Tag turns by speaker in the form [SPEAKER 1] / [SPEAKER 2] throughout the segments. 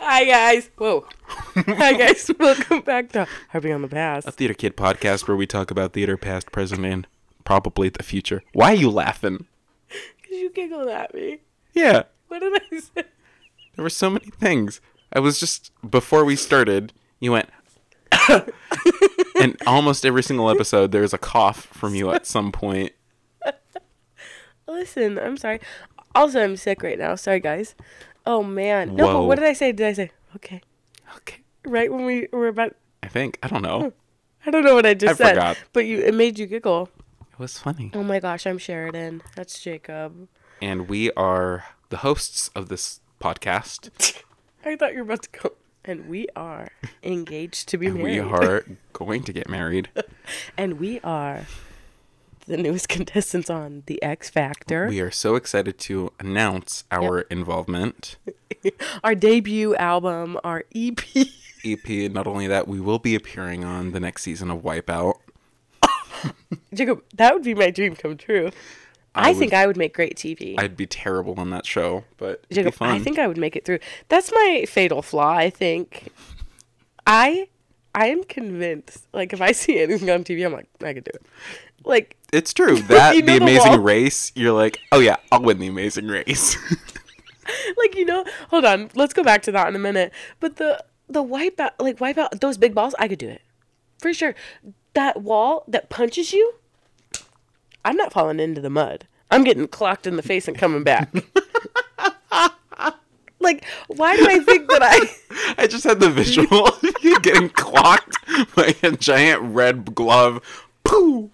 [SPEAKER 1] Hi guys. Whoa. Hi guys. Welcome back to Harping on the Past.
[SPEAKER 2] a theater kid podcast where we talk about theater, past, present, and probably the future. Why are you laughing?
[SPEAKER 1] Cause you giggled at me.
[SPEAKER 2] Yeah,
[SPEAKER 1] What did I say?
[SPEAKER 2] there were so many things. I was just before we started, you went, and almost every single episode there's a cough from you at some point.
[SPEAKER 1] Listen, I'm sorry. Also, I'm sick right now. Sorry guys. Oh man. No, but
[SPEAKER 2] Whoa.
[SPEAKER 1] what did I say? Did I say okay?
[SPEAKER 2] Okay,
[SPEAKER 1] Right when we were about,
[SPEAKER 2] I think I don't know.
[SPEAKER 1] I don't know what I just
[SPEAKER 2] I
[SPEAKER 1] said.
[SPEAKER 2] forgot.
[SPEAKER 1] But you, it made you giggle.
[SPEAKER 2] It was funny.
[SPEAKER 1] Oh my gosh, I'm Sheridan. That's Jacob.
[SPEAKER 2] And we are the hosts of this podcast.
[SPEAKER 1] I thought you were about to go. And we are engaged to be married.
[SPEAKER 2] We are going to get married.
[SPEAKER 1] And we are the newest contestants on The X Factor.
[SPEAKER 2] We are so excited to announce our involvement.
[SPEAKER 1] our debut album, our E EP.
[SPEAKER 2] EP. E Not only that, we will be appearing on the next season of Wipeout.
[SPEAKER 1] Jacob, that would be my dream come true. I,
[SPEAKER 2] would-
[SPEAKER 1] think I would make great TV.
[SPEAKER 2] I'd be terrible on that show, but it'd
[SPEAKER 1] Jacob,
[SPEAKER 2] be fun.
[SPEAKER 1] I think I would make it through. That's my fatal flaw, I think. I I am convinced. Like if I see anything on TV, I'm like, I could do it. Like
[SPEAKER 2] it's true. That
[SPEAKER 1] You know
[SPEAKER 2] the
[SPEAKER 1] the
[SPEAKER 2] Amazing
[SPEAKER 1] wall.
[SPEAKER 2] Race, you're like, oh yeah, I'll win the Amazing Race.
[SPEAKER 1] like you know hold on, let's go back to that in a minute. But the the wipeout like wipeout those big balls, I could do it. For sure. That wall that punches you, I'm not falling into the mud. I'm getting clocked in the face and coming back. like, why do I think that I
[SPEAKER 2] I just had the visual of you getting clocked by a giant red glove. Poo.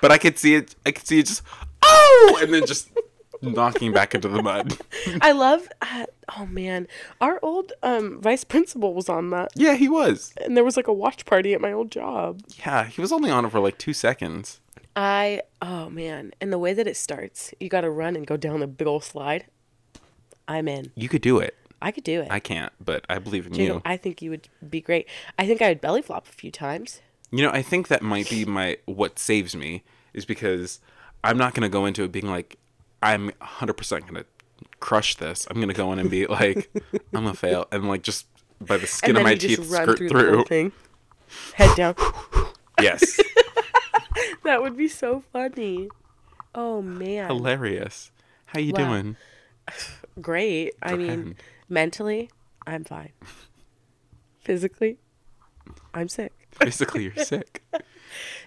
[SPEAKER 2] But I could see it. I could see it just oh, and then just knocking back into the mud.
[SPEAKER 1] I love. Uh, oh man, our old um, vice principal was on that,
[SPEAKER 2] Yeah, he was.
[SPEAKER 1] and there was like a watch party at my old job.
[SPEAKER 2] Yeah, he was only on it for like two seconds.
[SPEAKER 1] I oh man, and the way that it starts, you got to run and go down the big old slide. I'm in.
[SPEAKER 2] You could do it.
[SPEAKER 1] I could do it.
[SPEAKER 2] I can't, but I believe in
[SPEAKER 1] You
[SPEAKER 2] you.
[SPEAKER 1] know, I think you would be great. I think I would belly flop a few times.
[SPEAKER 2] You know, I think that might be my what saves me is because I'm not going to go into it being like I'm 100% going to crush this. I'm going to go in and be like I'm going to fail and like just by the skin
[SPEAKER 1] and then
[SPEAKER 2] of my
[SPEAKER 1] you
[SPEAKER 2] teeth
[SPEAKER 1] just run
[SPEAKER 2] skirt
[SPEAKER 1] through,
[SPEAKER 2] through.
[SPEAKER 1] the whole thing. Head down.
[SPEAKER 2] yes.
[SPEAKER 1] that would be so funny. Oh man.
[SPEAKER 2] Hilarious. How you
[SPEAKER 1] Wow.
[SPEAKER 2] doing?
[SPEAKER 1] great. I mean,
[SPEAKER 2] Grand.
[SPEAKER 1] mentally, I'm fine. Physically, I'm sick.
[SPEAKER 2] Basically, you're sick. A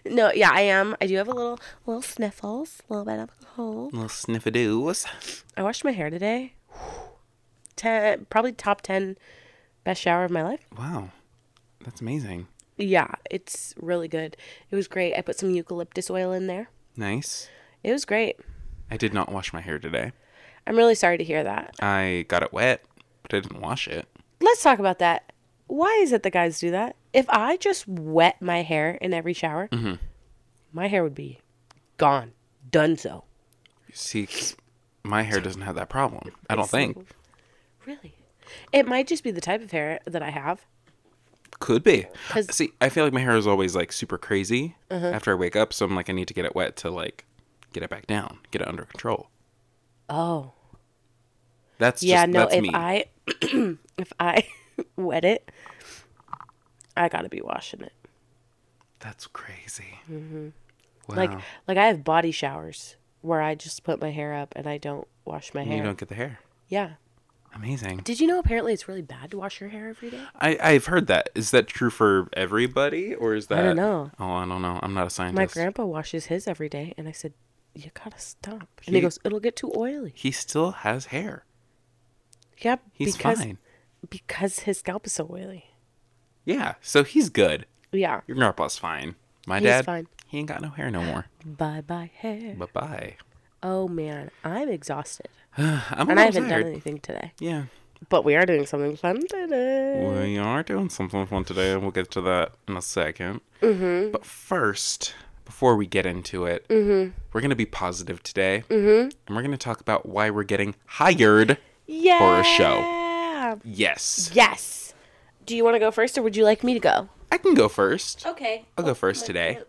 [SPEAKER 1] No, yeah, I am. I do have a little little sniffles, a little bit of a cold.
[SPEAKER 2] little sniffadoos.
[SPEAKER 1] I washed my hair today. Ten, probably top ten best shower of my life.
[SPEAKER 2] Wow. That's amazing.
[SPEAKER 1] Yeah, it's really good. It was great. I put some eucalyptus oil in there.
[SPEAKER 2] Nice.
[SPEAKER 1] It was great.
[SPEAKER 2] I did not wash my hair today.
[SPEAKER 1] I'm really sorry to hear that.
[SPEAKER 2] I got it wet, but I didn't wash it.
[SPEAKER 1] Let's talk about that. Why is it that guys do that? If I just wet my hair in every shower, my hair would be gone, done so.
[SPEAKER 2] See, 'cause my hair doesn't have that problem. I don't think.
[SPEAKER 1] Really? It might just be the type of hair that I have.
[SPEAKER 2] Could be.
[SPEAKER 1] 'Cause- Mm-hmm.
[SPEAKER 2] See, I feel like my hair is always like super crazy after I wake up, so I'm like, I need to get it wet to like get it back down, get it under control.
[SPEAKER 1] Oh,
[SPEAKER 2] That's
[SPEAKER 1] yeah.
[SPEAKER 2] just,
[SPEAKER 1] no,
[SPEAKER 2] that's
[SPEAKER 1] if
[SPEAKER 2] me.
[SPEAKER 1] I if I wet it, I gotta be washing it.
[SPEAKER 2] That's crazy. Mm-hmm. Wow.
[SPEAKER 1] Like like I have body showers where I just put my hair up and I don't wash my
[SPEAKER 2] you
[SPEAKER 1] hair.
[SPEAKER 2] don't get the hair.
[SPEAKER 1] Yeah.
[SPEAKER 2] Amazing.
[SPEAKER 1] Did you know apparently it's really bad to wash your hair every day?
[SPEAKER 2] I, I've heard that. Is that true for everybody, or is that?
[SPEAKER 1] don't know.
[SPEAKER 2] Oh, I don't know. I'm not a scientist.
[SPEAKER 1] My grandpa washes his every day, and I said, "You gotta stop." And he goes, "It'll get too oily."
[SPEAKER 2] He still has hair.
[SPEAKER 1] Yeah,
[SPEAKER 2] He's
[SPEAKER 1] because
[SPEAKER 2] fine.
[SPEAKER 1] because his scalp is so oily.
[SPEAKER 2] Yeah, so he's good.
[SPEAKER 1] Yeah.
[SPEAKER 2] Your grandpa's fine. My
[SPEAKER 1] He's
[SPEAKER 2] dad,
[SPEAKER 1] fine.
[SPEAKER 2] he ain't got no hair no more.
[SPEAKER 1] Bye bye hair.
[SPEAKER 2] Bye bye.
[SPEAKER 1] Oh man, I'm exhausted,
[SPEAKER 2] I'm a
[SPEAKER 1] and I
[SPEAKER 2] little
[SPEAKER 1] haven't
[SPEAKER 2] tired.
[SPEAKER 1] done anything today.
[SPEAKER 2] Yeah.
[SPEAKER 1] But we are doing something fun today.
[SPEAKER 2] We are doing something fun today, and we'll get to that in a 2nd Mm-hmm. But first, before we get into it, we're going to be positive today. Mm-hmm. And we're going to talk about why we're getting hired.
[SPEAKER 1] Yeah.
[SPEAKER 2] For a show. Yes.
[SPEAKER 1] Yes. Do you want to go first, or would you like me to go?
[SPEAKER 2] I can go first.
[SPEAKER 1] Okay.
[SPEAKER 2] I'll go first today.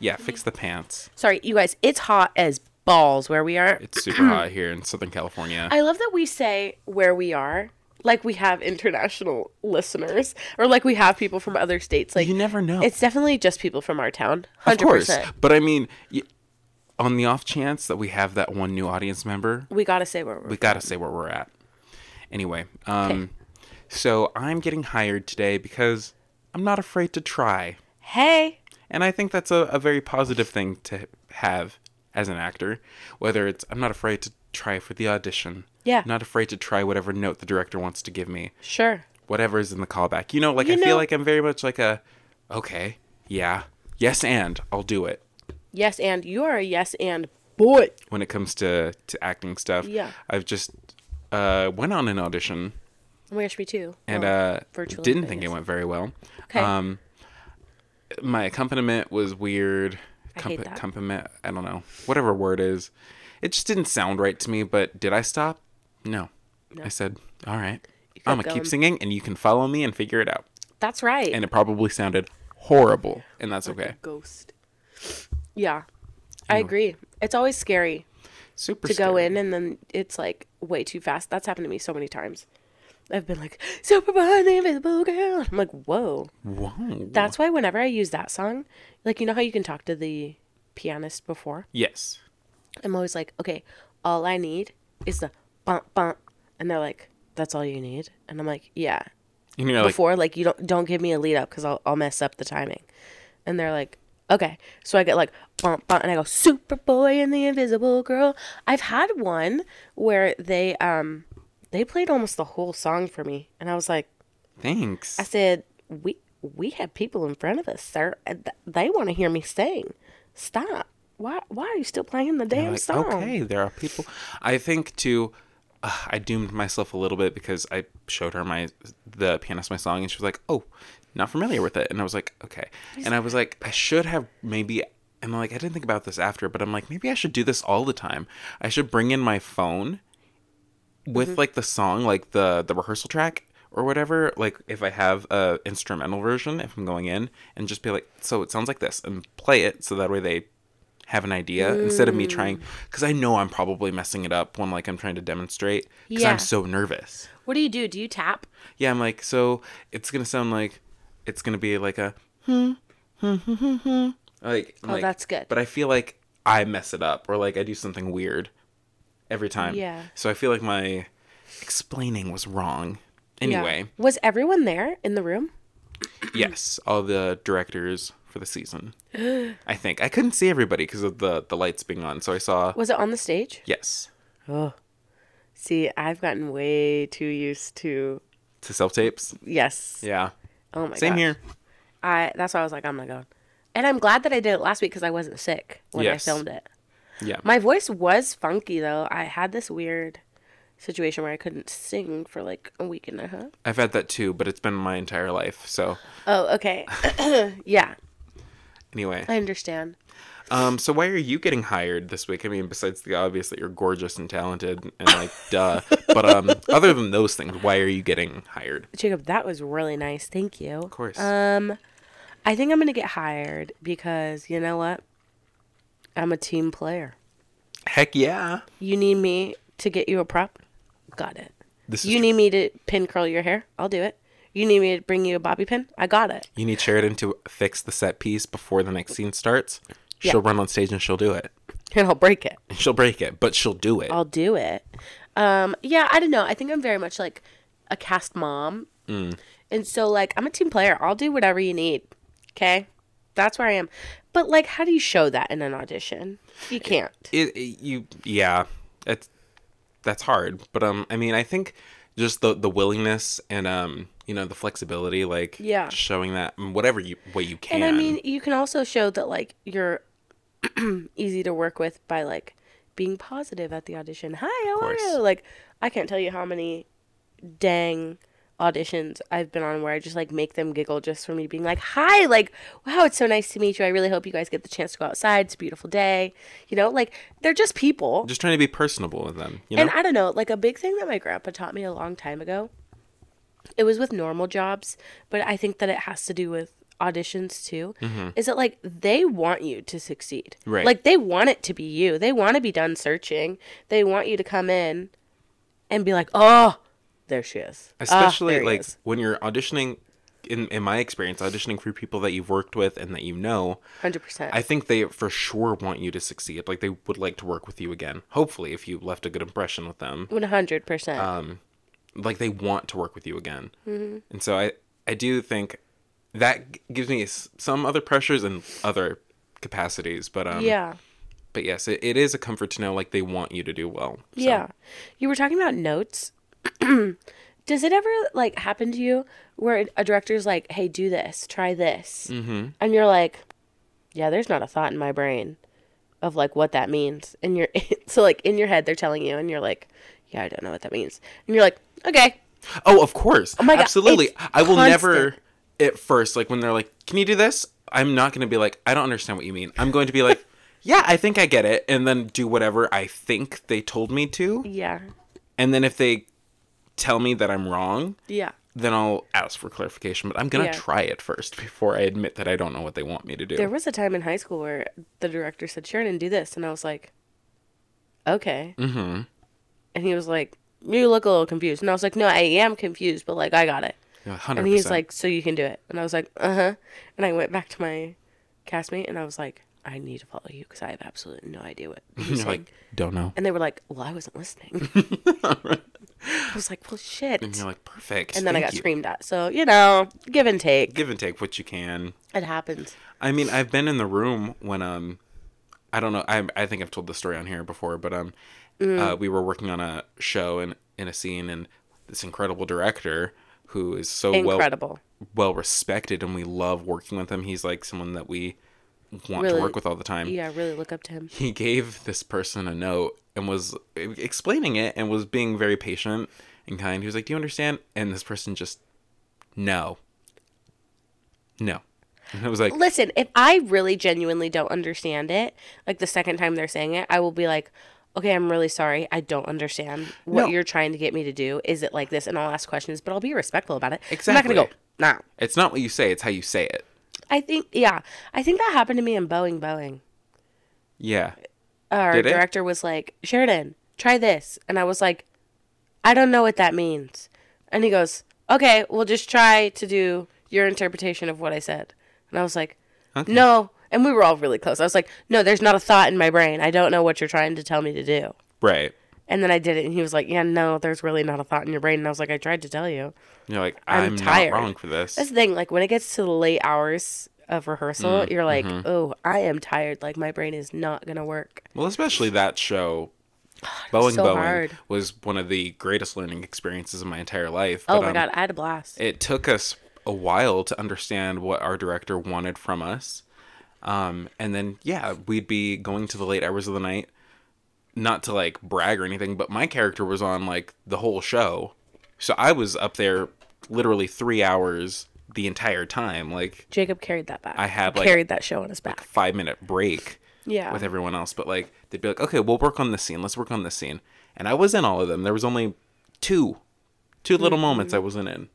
[SPEAKER 2] Yeah, fix the pants.
[SPEAKER 1] Sorry, you guys. It's hot as balls where we are.
[SPEAKER 2] It's super hot here in Southern California.
[SPEAKER 1] I love that we say where we are like we have international listeners or like we have people from other states. Like
[SPEAKER 2] You never know.
[SPEAKER 1] It's definitely just people from our town. 100%.
[SPEAKER 2] Of course. But I mean, y- on the off chance that we have that one new audience member,
[SPEAKER 1] We got to say where we're
[SPEAKER 2] we got to say where we're at. Anyway, um, so I'm getting hired today because I'm not afraid to try.
[SPEAKER 1] Hey,
[SPEAKER 2] And I think that's a, a very positive thing to have as an actor. Whether it's, I'm not afraid to try for the audition.
[SPEAKER 1] Yeah.
[SPEAKER 2] Not afraid to try whatever note the director wants to give me.
[SPEAKER 1] sure.
[SPEAKER 2] Whatever is in the callback. You know, like
[SPEAKER 1] You
[SPEAKER 2] I
[SPEAKER 1] know-
[SPEAKER 2] feel like I'm very much like a, okay, yeah, yes, and I'll do it.
[SPEAKER 1] Yes, and you are a yes and boy.
[SPEAKER 2] when it comes to to acting stuff.
[SPEAKER 1] Yeah.
[SPEAKER 2] I've just uh, went on an audition
[SPEAKER 1] Oh my gosh, me too.
[SPEAKER 2] and
[SPEAKER 1] Well,
[SPEAKER 2] uh,
[SPEAKER 1] virtually,
[SPEAKER 2] didn't
[SPEAKER 1] I
[SPEAKER 2] think
[SPEAKER 1] guess.
[SPEAKER 2] it went very well.
[SPEAKER 1] Okay.
[SPEAKER 2] Um, my accompaniment was weird.
[SPEAKER 1] I hate that.
[SPEAKER 2] Accompaniment, I don't know, whatever word is. It just didn't sound right to me. But did I stop? No. I said, all right.
[SPEAKER 1] kept
[SPEAKER 2] I'm gonna
[SPEAKER 1] going.
[SPEAKER 2] keep singing, and you can follow me and figure it out.
[SPEAKER 1] that's right.
[SPEAKER 2] And it probably sounded horrible, and that's okay.
[SPEAKER 1] ghost. Yeah, I agree. It's always scary
[SPEAKER 2] Super.
[SPEAKER 1] to go
[SPEAKER 2] scary.
[SPEAKER 1] in and then it's like way too fast. That's happened to me so many times. I've been like super behind the invisible girl. I'm like, whoa.
[SPEAKER 2] Whoa.
[SPEAKER 1] That's why whenever I use that song, like you know how you can talk to the pianist before,
[SPEAKER 2] yes.
[SPEAKER 1] I'm always like, okay, all I need is the bump bump, and they're like, that's all you need, and I'm like, yeah.
[SPEAKER 2] And you're like,
[SPEAKER 1] before like you don't don't give me a lead up because I'll, I'll mess up the timing and they're like okay so i get like bump bump and i go superboy and the invisible girl i've had one where they um they played almost the whole song for me and i was like
[SPEAKER 2] thanks.
[SPEAKER 1] i said we we have people in front of us sir and th- they want to hear me sing stop why why are you still playing the damn
[SPEAKER 2] like,
[SPEAKER 1] song
[SPEAKER 2] Okay, there are people. I think too. Uh, I doomed myself a little bit because I showed her my the pianist my song, and she was like, "Oh, not familiar with it." And I was like, "Okay," and I was like, "I should have maybe." And I'm like, I didn't think about this after, but I'm like, maybe I should do this all the time. I should bring in my phone with like the song, like the the rehearsal track or whatever. Like if I have a instrumental version, if I'm going in, and just be like, so it sounds like this, and play it so that way they have an idea instead of me trying because I know I'm probably messing it up when like I'm trying to demonstrate because
[SPEAKER 1] Yeah.
[SPEAKER 2] I'm so nervous.
[SPEAKER 1] what do you do do you tap
[SPEAKER 2] Yeah, I'm like, so it's gonna sound like it's gonna be like a hmm, hmm, hmm, hmm, hmm. like. I'm
[SPEAKER 1] Oh,
[SPEAKER 2] like-
[SPEAKER 1] that's good.
[SPEAKER 2] But I feel like I mess it up or like I do something weird every time.
[SPEAKER 1] Yeah.
[SPEAKER 2] So I feel like my explaining was wrong. Anyway,
[SPEAKER 1] yeah. was everyone there in the room
[SPEAKER 2] yes, all the directors for the season. I think I couldn't see everybody because of the the lights being on, so I saw
[SPEAKER 1] was it on the stage
[SPEAKER 2] yes
[SPEAKER 1] see i've gotten way too used to
[SPEAKER 2] to self tapes.
[SPEAKER 1] Yes.
[SPEAKER 2] Yeah.
[SPEAKER 1] Oh my god.
[SPEAKER 2] Same here.
[SPEAKER 1] I that's why I was like, I'm not going. And I'm glad that I did it last week because I wasn't sick when
[SPEAKER 2] Yes.
[SPEAKER 1] I filmed it.
[SPEAKER 2] Yeah.
[SPEAKER 1] My voice was funky though. I had this weird situation where I couldn't sing for like a week and a half.
[SPEAKER 2] I've had that too, but it's been my entire life. So
[SPEAKER 1] Oh, okay. yeah,
[SPEAKER 2] anyway.
[SPEAKER 1] I understand.
[SPEAKER 2] Um, so why are you getting hired this week? I mean, besides the obvious that you're gorgeous and talented and like duh. But um other than those things, why are you getting hired?
[SPEAKER 1] Jacob, that was really nice. Thank you. Of
[SPEAKER 2] course.
[SPEAKER 1] Um, I think I'm gonna get hired because you know what? I'm a team player.
[SPEAKER 2] Heck yeah.
[SPEAKER 1] You need me to get you a prop? Got it.
[SPEAKER 2] This is
[SPEAKER 1] You need me to pin curl your hair? I'll do it. You need me to bring you a bobby pin? I got it.
[SPEAKER 2] you need Sheridan to fix the set piece before the next scene starts. She'll run on stage and she'll do it.
[SPEAKER 1] And I'll break it.
[SPEAKER 2] She'll break it, but she'll do it.
[SPEAKER 1] I'll do it. Um, yeah, I don't know. I think I'm very much like a cast mom. And so, like, I'm a team player. I'll do whatever you need. Okay? That's where I am. But, like, how do you show that in an audition? You can't.
[SPEAKER 2] it, it- you yeah that's that's hard but um i mean i think just the the willingness and um you know the flexibility like
[SPEAKER 1] Yeah.
[SPEAKER 2] showing that in whatever you way you can
[SPEAKER 1] and I mean, you can also show that, like, you're easy to work with by, like, being positive at the audition. Hi, how are
[SPEAKER 2] course.
[SPEAKER 1] you? Like, I can't tell you how many dang auditions I've been on where I just like make them giggle just for me being like, "Hi, like, wow, it's so nice to meet you. I really hope you guys get the chance to go outside. It's a beautiful day." You know, like they're just people.
[SPEAKER 2] just trying to be personable with them you know
[SPEAKER 1] And I don't know, like a big thing that my grandpa taught me a long time ago. It was with normal jobs, but I think that it has to do with auditions too. Is that like they want you to succeed?
[SPEAKER 2] Mm-hmm. Right.
[SPEAKER 1] Like they want it to be you. They want to be done searching. They want you to come in and be like, "Oh, There she is. Ah,
[SPEAKER 2] especially
[SPEAKER 1] there he
[SPEAKER 2] like
[SPEAKER 1] is.
[SPEAKER 2] when you're auditioning in, in my experience auditioning for people that you've worked with and that you know
[SPEAKER 1] 100%.
[SPEAKER 2] i think they for sure want you to succeed like they would like to work with you again hopefully if you left a good impression with them
[SPEAKER 1] 100%.
[SPEAKER 2] Um, like they want to work with you again
[SPEAKER 1] Mm-hmm.
[SPEAKER 2] and so i i do think that g- gives me s- some other pressures and other capacities but um
[SPEAKER 1] yeah.
[SPEAKER 2] but yes it, it is a comfort to know like they want you to do well So,
[SPEAKER 1] Yeah. You were talking about notes. Does it ever like happen to you where a director's like, "Hey, do this, try this," mm-hmm. and you're like, "Yeah, there's not a thought in my brain of like what that means," and you're so like in your head they're telling you, and you're like, "Yeah, I don't know what that means," and you're like, "Okay,
[SPEAKER 2] Oh, of course. Oh
[SPEAKER 1] my God,
[SPEAKER 2] Absolutely.
[SPEAKER 1] it's
[SPEAKER 2] I will never
[SPEAKER 1] constant.
[SPEAKER 2] at first, like when they're like, Can you do this? I'm not gonna be like, I don't understand what you mean. I'm going to be like, Yeah, I think I get it, and then do whatever I think they told me to.
[SPEAKER 1] yeah,
[SPEAKER 2] And then if they tell me that I'm wrong,
[SPEAKER 1] yeah,
[SPEAKER 2] then I'll ask for clarification. But I'm gonna
[SPEAKER 1] Yeah.
[SPEAKER 2] try it first before I admit that I don't know what they want me to do.
[SPEAKER 1] There was a time in high school where the director said, Sheridan, do this. And I was like, okay. Mm-hmm. And he was like, you look a little confused. And I was like, no, I am confused, but like, I got it.
[SPEAKER 2] Yeah, 100%.
[SPEAKER 1] And he's like, so you can do it. And I was like, uh huh. And I went back to my castmate and I was like, I need to follow you because I have absolutely no idea what you're
[SPEAKER 2] You're
[SPEAKER 1] saying.
[SPEAKER 2] like, don't know.
[SPEAKER 1] and they were like, well, I wasn't listening. I was like, well, shit.
[SPEAKER 2] And you're like, perfect.
[SPEAKER 1] And then I
[SPEAKER 2] thank
[SPEAKER 1] got
[SPEAKER 2] you."
[SPEAKER 1] screamed at. So, you know, give and take.
[SPEAKER 2] Give and take what you can.
[SPEAKER 1] It happens.
[SPEAKER 2] I mean, I've been in the room when um, I don't know. I I think I've told this story on here before, but um,
[SPEAKER 1] Mm.
[SPEAKER 2] uh, we were working on a show and in a scene, and this incredible director who is so well
[SPEAKER 1] Incredible.
[SPEAKER 2] well respected, and we love working with him. He's like someone that we want
[SPEAKER 1] Really-
[SPEAKER 2] to work with all the time.
[SPEAKER 1] yeah, really look up to him.
[SPEAKER 2] He gave this person a note and was e, explaining it and was being very patient and kind. He was like, "Do you understand?" And this person just, no, no. And I was like,
[SPEAKER 1] Listen, if I really genuinely don't understand it, like the second time they're saying it, I will be like, okay, I'm really sorry. I don't understand what
[SPEAKER 2] No.
[SPEAKER 1] you're trying to get me to do. Is it like this? And I'll ask questions, but I'll be respectful about it. I'm not going to
[SPEAKER 2] Exactly.
[SPEAKER 1] go, nah.
[SPEAKER 2] It's not what you say, it's how you say it.
[SPEAKER 1] I think, yeah, I think that happened to me in Boeing Boeing.
[SPEAKER 2] Yeah.
[SPEAKER 1] Our
[SPEAKER 2] Did it?
[SPEAKER 1] director was like, Sheridan, try this. And I was like, I don't know what that means. And he goes, okay, we'll just try to do your interpretation of what I said. And I was like, no. And we were all really close. I was like, no, there's not a thought in my brain. I don't know what you're trying to tell me to do.
[SPEAKER 2] Right.
[SPEAKER 1] And then I did it, and he was like, yeah, no, there's really not a thought in your brain. And I was like, I tried to tell you.
[SPEAKER 2] You're like,
[SPEAKER 1] I'm
[SPEAKER 2] I'm,
[SPEAKER 1] tired.
[SPEAKER 2] not wrong for this.
[SPEAKER 1] That's the thing. Like when it gets to the late hours of rehearsal,
[SPEAKER 2] Mm,
[SPEAKER 1] you're like,
[SPEAKER 2] mm-hmm.
[SPEAKER 1] oh, I am tired. Like my brain is not gonna work.
[SPEAKER 2] Well, especially that show. Boeing
[SPEAKER 1] so
[SPEAKER 2] Boeing
[SPEAKER 1] hard.
[SPEAKER 2] was one of the greatest learning experiences of my entire life.
[SPEAKER 1] Oh
[SPEAKER 2] but,
[SPEAKER 1] my
[SPEAKER 2] um,
[SPEAKER 1] god, I had a blast.
[SPEAKER 2] It took us a while to understand what our director wanted from us. Um, and then, yeah, we'd be going to the late hours of the night. Not to like brag or anything, but my character was on like the whole show. So I was up there literally three hours the entire time. Like,
[SPEAKER 1] Jacob carried that back.
[SPEAKER 2] I had, like-
[SPEAKER 1] carried that show on his back.
[SPEAKER 2] five minute break
[SPEAKER 1] Yeah.
[SPEAKER 2] with everyone else. But like they'd be like, okay, we'll work on this scene. Let's work on this scene. And I was in all of them. There was only two, two little moments I wasn't in.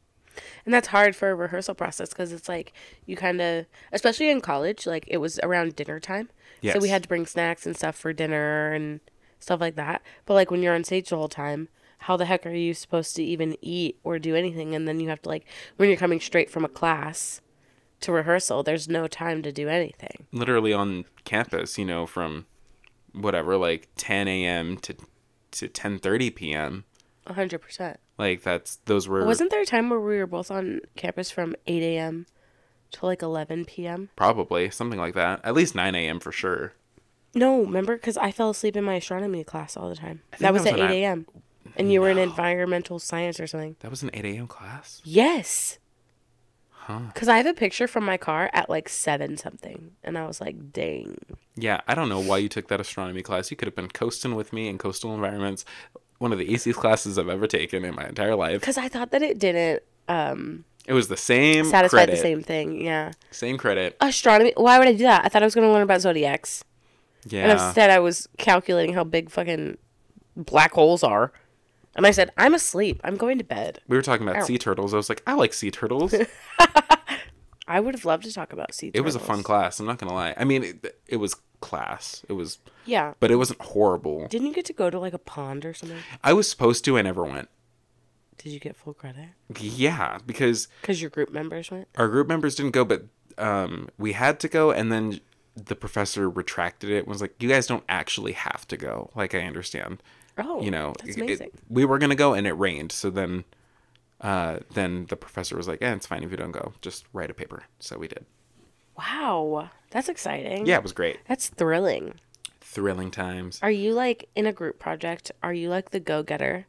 [SPEAKER 1] And that's hard for a rehearsal process because it's like you kind of, especially in college, like it was around dinner time. So we
[SPEAKER 2] Yes.
[SPEAKER 1] had to bring snacks and stuff for dinner and stuff like that. But like when you're on stage the whole time, how the heck are you supposed to even eat or do anything? And then you have to, like, when you're coming straight from a class to rehearsal, there's no time to do anything.
[SPEAKER 2] Literally on campus, you know, from whatever, like 10 a.m. to to 10:30 p.m.
[SPEAKER 1] 100%.
[SPEAKER 2] Like that's those were
[SPEAKER 1] Wasn't there a time where we were both on campus from 8 a.m. to like 11 p.m.?
[SPEAKER 2] probably something like that. At least 9 a.m. for sure.
[SPEAKER 1] No, remember? Because I fell asleep in my astronomy class all the time. That
[SPEAKER 2] that
[SPEAKER 1] was
[SPEAKER 2] was
[SPEAKER 1] at
[SPEAKER 2] when
[SPEAKER 1] 8
[SPEAKER 2] I-
[SPEAKER 1] a.m. And you were in environmental science or something.
[SPEAKER 2] That was an 8 a.m. class.
[SPEAKER 1] Yes. Because I have a picture from my car at like 7 something. And I was like, dang.
[SPEAKER 2] Yeah, I don't know why you took that astronomy class. You could have been coasting with me in coastal environments. One of the easiest classes I've ever taken in my entire life.
[SPEAKER 1] Because I thought that it didn't
[SPEAKER 2] It was the same
[SPEAKER 1] satisfy
[SPEAKER 2] credit.
[SPEAKER 1] the same thing. Yeah.
[SPEAKER 2] Same credit.
[SPEAKER 1] Astronomy. Why would I do that? I thought I was going to learn about zodiacs. Uh, And
[SPEAKER 2] Yeah.
[SPEAKER 1] instead, I was calculating how big fucking black holes are. And I said, I'm asleep. I'm going to bed.
[SPEAKER 2] we were talking about sea turtles. I was like, I like sea turtles. it
[SPEAKER 1] I would have loved to talk about sea
[SPEAKER 2] was a fun class. I'm not going to lie. I mean, it, it was class. It was,
[SPEAKER 1] Yeah.
[SPEAKER 2] but it wasn't horrible.
[SPEAKER 1] Didn't you get to go to like a pond or something?
[SPEAKER 2] I was supposed to. I never went.
[SPEAKER 1] Did you get full credit?
[SPEAKER 2] Yeah, because
[SPEAKER 1] Because your group members went.
[SPEAKER 2] our group members didn't go, but um, we had to go, and then the professor retracted it. and Was like, you guys don't actually have to go. Like, I understand.
[SPEAKER 1] Oh,
[SPEAKER 2] you know,
[SPEAKER 1] that's
[SPEAKER 2] it- it-
[SPEAKER 1] amazing.
[SPEAKER 2] we were gonna go, and it rained. So then, uh, then the professor was like, "Eh, it's fine if you don't go. Just write a paper." So we did.
[SPEAKER 1] Wow, that's exciting.
[SPEAKER 2] Yeah, it was great.
[SPEAKER 1] that's thrilling.
[SPEAKER 2] Thrilling times.
[SPEAKER 1] Are you like in a group project? Are you like the go getter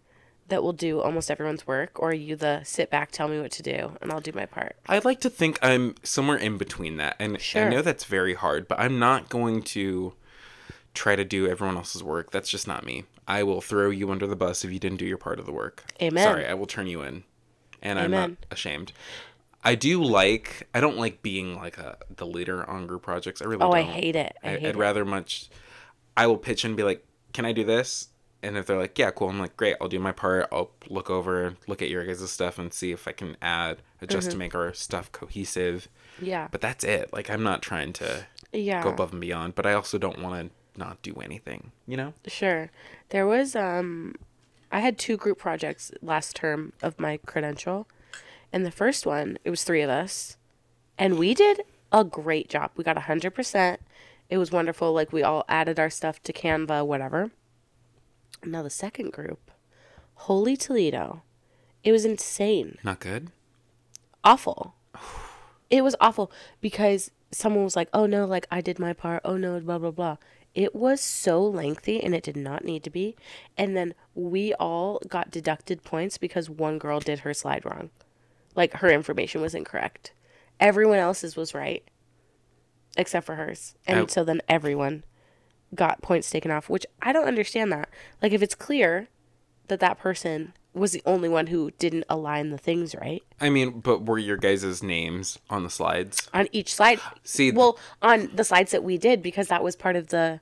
[SPEAKER 1] that will do almost everyone's work, or are you the sit back, tell me what to do, and I'll do my part?
[SPEAKER 2] I like to think I'm somewhere in between that. And I
[SPEAKER 1] Sure.
[SPEAKER 2] know that's very hard, but I'm not going to try to do everyone else's work. That's just not me. I will throw you under the bus if you didn't do your part of the work.
[SPEAKER 1] Amen.
[SPEAKER 2] Sorry, I will turn you in. And I'm
[SPEAKER 1] Amen.
[SPEAKER 2] not ashamed. I do like I don't like being like a the leader on group projects. I really
[SPEAKER 1] Oh,
[SPEAKER 2] don't.
[SPEAKER 1] I hate it. I
[SPEAKER 2] I,
[SPEAKER 1] hate
[SPEAKER 2] I'd
[SPEAKER 1] it.
[SPEAKER 2] rather much. I will pitch and be like, "Can I do this?" And if they're like, "Yeah, cool," I'm like, "Great, I'll do my part. I'll look over, look at your guys' stuff, and see if I can add, adjust
[SPEAKER 1] Mm-hmm.
[SPEAKER 2] to make our stuff cohesive."
[SPEAKER 1] Yeah.
[SPEAKER 2] But that's it. Like, I'm not trying to
[SPEAKER 1] yeah.
[SPEAKER 2] go above and beyond, but I also don't want to not do anything. You know?
[SPEAKER 1] Sure. There was um I had two group projects last term of my credential. And the first one, it was three of us. And we did a great job. We got 100%. It was wonderful. Like we all added our stuff to Canva, whatever. Now the second group, Holy Toledo. It was insane
[SPEAKER 2] Not good.
[SPEAKER 1] awful. It was awful because someone was like, "Oh no, like I did my part. Oh no, blah blah blah." It was so lengthy and it did not need to be. And then we all got deducted points because one girl did her slide wrong. Like her information was incorrect. Everyone else's was right except for hers. And
[SPEAKER 2] Oh.
[SPEAKER 1] so then everyone got points taken off, which I don't understand that. Like if it's clear that that person was the only one who didn't align the things right,
[SPEAKER 2] I mean, but were your guys' names on the slides?
[SPEAKER 1] on each slide.
[SPEAKER 2] See-
[SPEAKER 1] well, on the slides that we did because that was part of the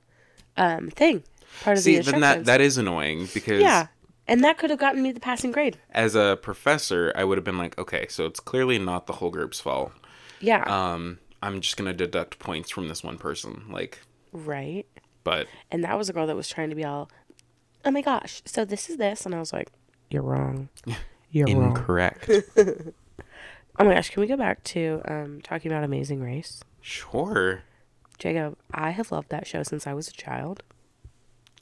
[SPEAKER 1] um, thing, part of
[SPEAKER 2] See,
[SPEAKER 1] the
[SPEAKER 2] then
[SPEAKER 1] instructions.
[SPEAKER 2] that that is annoying because
[SPEAKER 1] yeah, and that could have gotten me the passing grade.
[SPEAKER 2] as a professor, I would have been like, okay, so it's clearly not the whole group's fault.
[SPEAKER 1] Yeah,
[SPEAKER 2] um, I'm just gonna deduct points from this one person. Like,
[SPEAKER 1] right.
[SPEAKER 2] but
[SPEAKER 1] And that was a girl that was trying to be all, oh my gosh, so this is this, and I was like, you're wrong. You're wrong.
[SPEAKER 2] incorrect.
[SPEAKER 1] Oh my gosh, can we go back to um, talking about Amazing Race?
[SPEAKER 2] sure,
[SPEAKER 1] Jacob, I have loved that show since I was a child.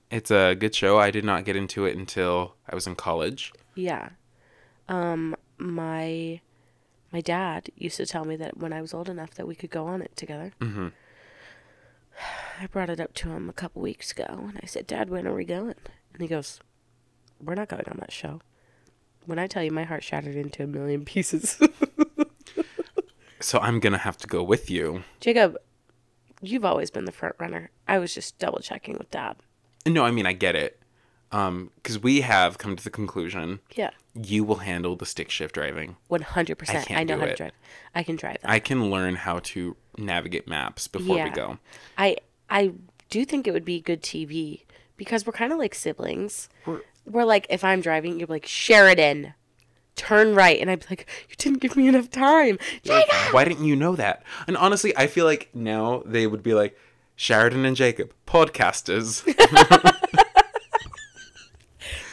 [SPEAKER 2] it's a good show. I did not get into it until I was in college.
[SPEAKER 1] Yeah. Um my my dad used to tell me that when I was old enough that we could go on it together. Mm-hmm. I brought it up to him a couple weeks ago and I said, "Dad, when are we going?" And he goes, "We're not going on that show." When I tell you my heart shattered into a million pieces.
[SPEAKER 2] So I'm gonna have to go with you.
[SPEAKER 1] Jacob, you've always been the front runner. I was just double checking with dad.
[SPEAKER 2] No, I mean I get it. Um, because we have come to the conclusion
[SPEAKER 1] Yeah.
[SPEAKER 2] you will handle the stick shift driving.
[SPEAKER 1] 100%.
[SPEAKER 2] can't
[SPEAKER 1] I, know
[SPEAKER 2] do
[SPEAKER 1] how
[SPEAKER 2] it.
[SPEAKER 1] to drive. I can drive that.
[SPEAKER 2] I can learn how to navigate maps before we go.
[SPEAKER 1] I I do think it would be good TV because we're kind of like siblings. We're, like if I'm driving, you're like Sheridan, turn right, and I'd be like, you didn't give me enough time. Jacob!
[SPEAKER 2] Why didn't you know that? And honestly, I feel like now they would be like Sheridan and Jacob, podcasters,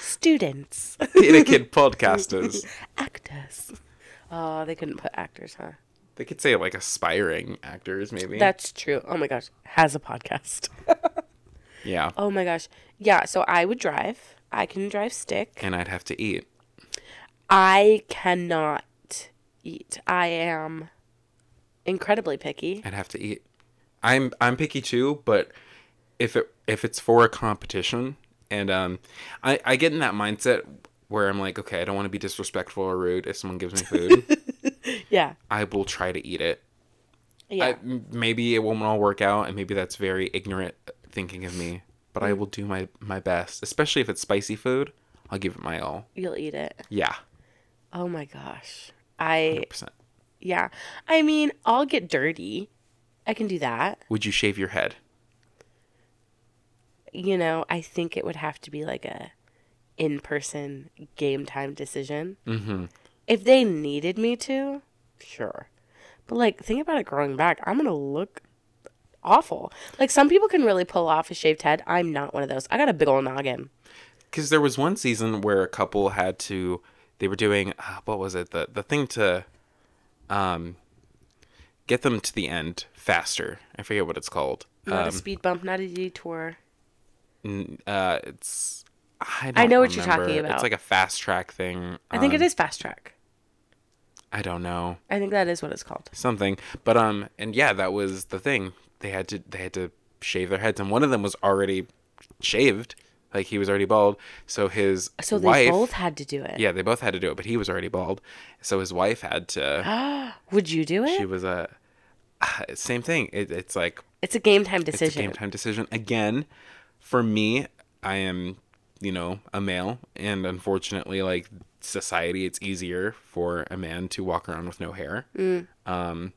[SPEAKER 1] Students,
[SPEAKER 2] theater kid podcasters.
[SPEAKER 1] actors. Oh, they couldn't put actors, huh?
[SPEAKER 2] They could say like aspiring actors, maybe.
[SPEAKER 1] That's true. Oh my gosh, has a podcast.
[SPEAKER 2] yeah.
[SPEAKER 1] Oh my gosh, yeah. So I would drive. I can drive stick.
[SPEAKER 2] And I'd have to eat.
[SPEAKER 1] I cannot eat. I am incredibly picky.
[SPEAKER 2] I'd have to eat. I'm I'm picky too, but if it if it's for a competition and um I, I get in that mindset where I'm like, okay, I don't want to be disrespectful or rude if someone gives me food.
[SPEAKER 1] Yeah,
[SPEAKER 2] I will try to eat it.
[SPEAKER 1] yeah.
[SPEAKER 2] I m maybe it won't all work out and maybe that's very ignorant thinking of me, but I will do my my best, especially if it's spicy food. I'll give it my all.
[SPEAKER 1] You'll eat it.
[SPEAKER 2] Yeah.
[SPEAKER 1] Oh my gosh. I
[SPEAKER 2] 100%.
[SPEAKER 1] yeah. I mean, I'll get dirty. I can do that.
[SPEAKER 2] Would you shave your head?
[SPEAKER 1] You know, I think it would have to be like a in-person game time decision. Mm-hmm. If they needed me to, sure. But like, think about it growing back. I'm gonna look awful. Like some people can really pull off a shaved head. I'm not one of those. I got a big old noggin.
[SPEAKER 2] Because there was one season where a couple had to they were doing uh, what was it the the thing to um get them to the end faster. I forget what it's called.
[SPEAKER 1] Not a speed bump, not a detour.
[SPEAKER 2] N- Uh, it's I, don't
[SPEAKER 1] I know what you're talking
[SPEAKER 2] remember.
[SPEAKER 1] about.
[SPEAKER 2] It's like a fast track thing. Uh,
[SPEAKER 1] I think it is fast track.
[SPEAKER 2] I don't know
[SPEAKER 1] I think that is what it's called.
[SPEAKER 2] something, but um, and yeah, that was the thing. They had to they had to shave their heads, and one of them was already shaved, like he was already bald. So his
[SPEAKER 1] So they
[SPEAKER 2] wife,
[SPEAKER 1] both had to do it.
[SPEAKER 2] yeah, they both had to do it, but he was already bald. So his wife had to.
[SPEAKER 1] Would you do it?
[SPEAKER 2] She was a same thing. It, it's like
[SPEAKER 1] it's a game time
[SPEAKER 2] it's a
[SPEAKER 1] decision.
[SPEAKER 2] game time decision again. For me, I am you know a male, and unfortunately, like society, it's easier for a man to walk around with no hair. Um,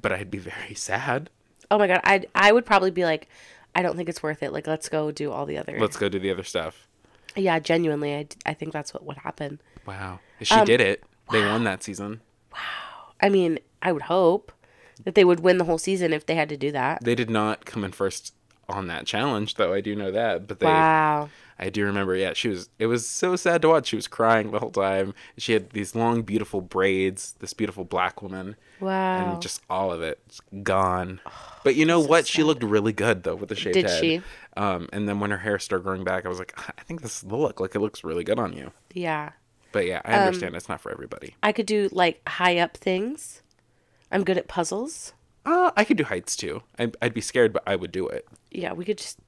[SPEAKER 2] but I'd be very sad.
[SPEAKER 1] Oh my god, I I would probably be like, I don't think it's worth it. Like, let's go do all the other.
[SPEAKER 2] Let's go do the other stuff.
[SPEAKER 1] yeah, genuinely, I, I think that's what would happen.
[SPEAKER 2] Wow, she did it. They won that season.
[SPEAKER 1] I mean, I would hope that they would win the whole season if they had to do that.
[SPEAKER 2] They did not come in first on that challenge, though. I do know that, but they
[SPEAKER 1] Wow.
[SPEAKER 2] I do remember. Yeah, she was. It was so sad to watch. She was crying the whole time. She had these long, beautiful braids. This beautiful black woman.
[SPEAKER 1] Wow.
[SPEAKER 2] And just all of it just gone. But you know what? She looked really good though with the shaved
[SPEAKER 1] Did
[SPEAKER 2] head.
[SPEAKER 1] she?
[SPEAKER 2] Um, and then when her hair started growing back, I was like, "Ah, I think this is the look. Like it looks really good on you.
[SPEAKER 1] Yeah.
[SPEAKER 2] But yeah,
[SPEAKER 1] Um,
[SPEAKER 2] I understand it's not for everybody.
[SPEAKER 1] I could do like high up things. I'm good at puzzles.
[SPEAKER 2] Uh, I could do heights too. I'd, I'd be scared, but I would do it.
[SPEAKER 1] Yeah, we could just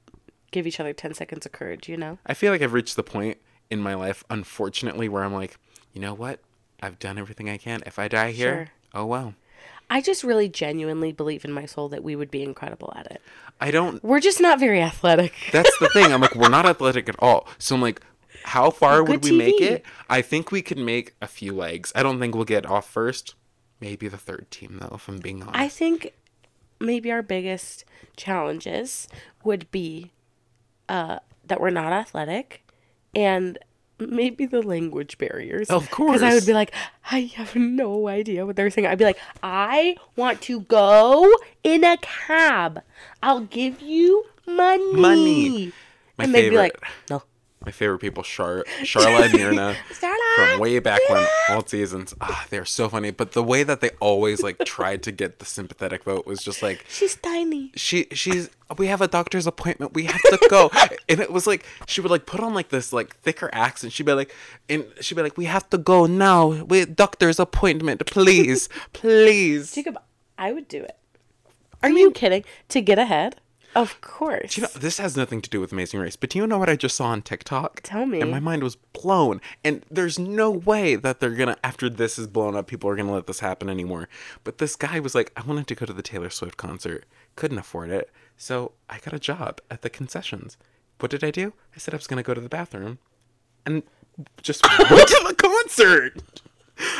[SPEAKER 1] give each other 10 seconds of courage, you know?
[SPEAKER 2] I feel like I've reached the point in my life, unfortunately, where I'm like, you know what? I've done everything I can. If I die here,
[SPEAKER 1] Sure.
[SPEAKER 2] oh well.
[SPEAKER 1] I just really genuinely believe in my soul that we would be incredible at it.
[SPEAKER 2] I don't
[SPEAKER 1] We're just not very athletic.
[SPEAKER 2] That's the thing. I'm like, we're not athletic at all. So I'm like, how far would we
[SPEAKER 1] Good
[SPEAKER 2] make
[SPEAKER 1] TV.
[SPEAKER 2] it? I think we could make a few legs. I don't think we'll get off first. Maybe the third team, though, if I'm being honest.
[SPEAKER 1] I think maybe our biggest challenges would be uh, that we're not athletic and maybe the language barriers.
[SPEAKER 2] Of
[SPEAKER 1] Because I
[SPEAKER 2] course.
[SPEAKER 1] would be like, I have no idea what they're saying. I'd be like, I want to go in a cab. I'll give you money.
[SPEAKER 2] Money. My
[SPEAKER 1] and they'd be like,
[SPEAKER 2] favorite.
[SPEAKER 1] no.
[SPEAKER 2] My favorite people, Char- Charla and Myrna.
[SPEAKER 1] Starla,
[SPEAKER 2] From way back when, all seasons, ah, they're so funny. But the way that they always like tried to get the sympathetic vote was just like
[SPEAKER 1] She's tiny.
[SPEAKER 2] she she's we have a doctor's appointment we have to go and it was like she would like put on like this like thicker accent she'd be like and she'd be like we have to go now we doctor's appointment please please
[SPEAKER 1] Jacob, I would do it. Are you kidding? To get ahead? Of course.
[SPEAKER 2] You know, this has nothing to do with amazing race but do you know what i just saw on tiktok
[SPEAKER 1] Tell me.
[SPEAKER 2] and my mind was blown and there's no way that they're gonna after this is blown up people are gonna let this happen anymore but this guy was like i wanted to go to the taylor swift concert couldn't afford it so i got a job at the concessions what did i do i said i was gonna go to the bathroom and just went to the concert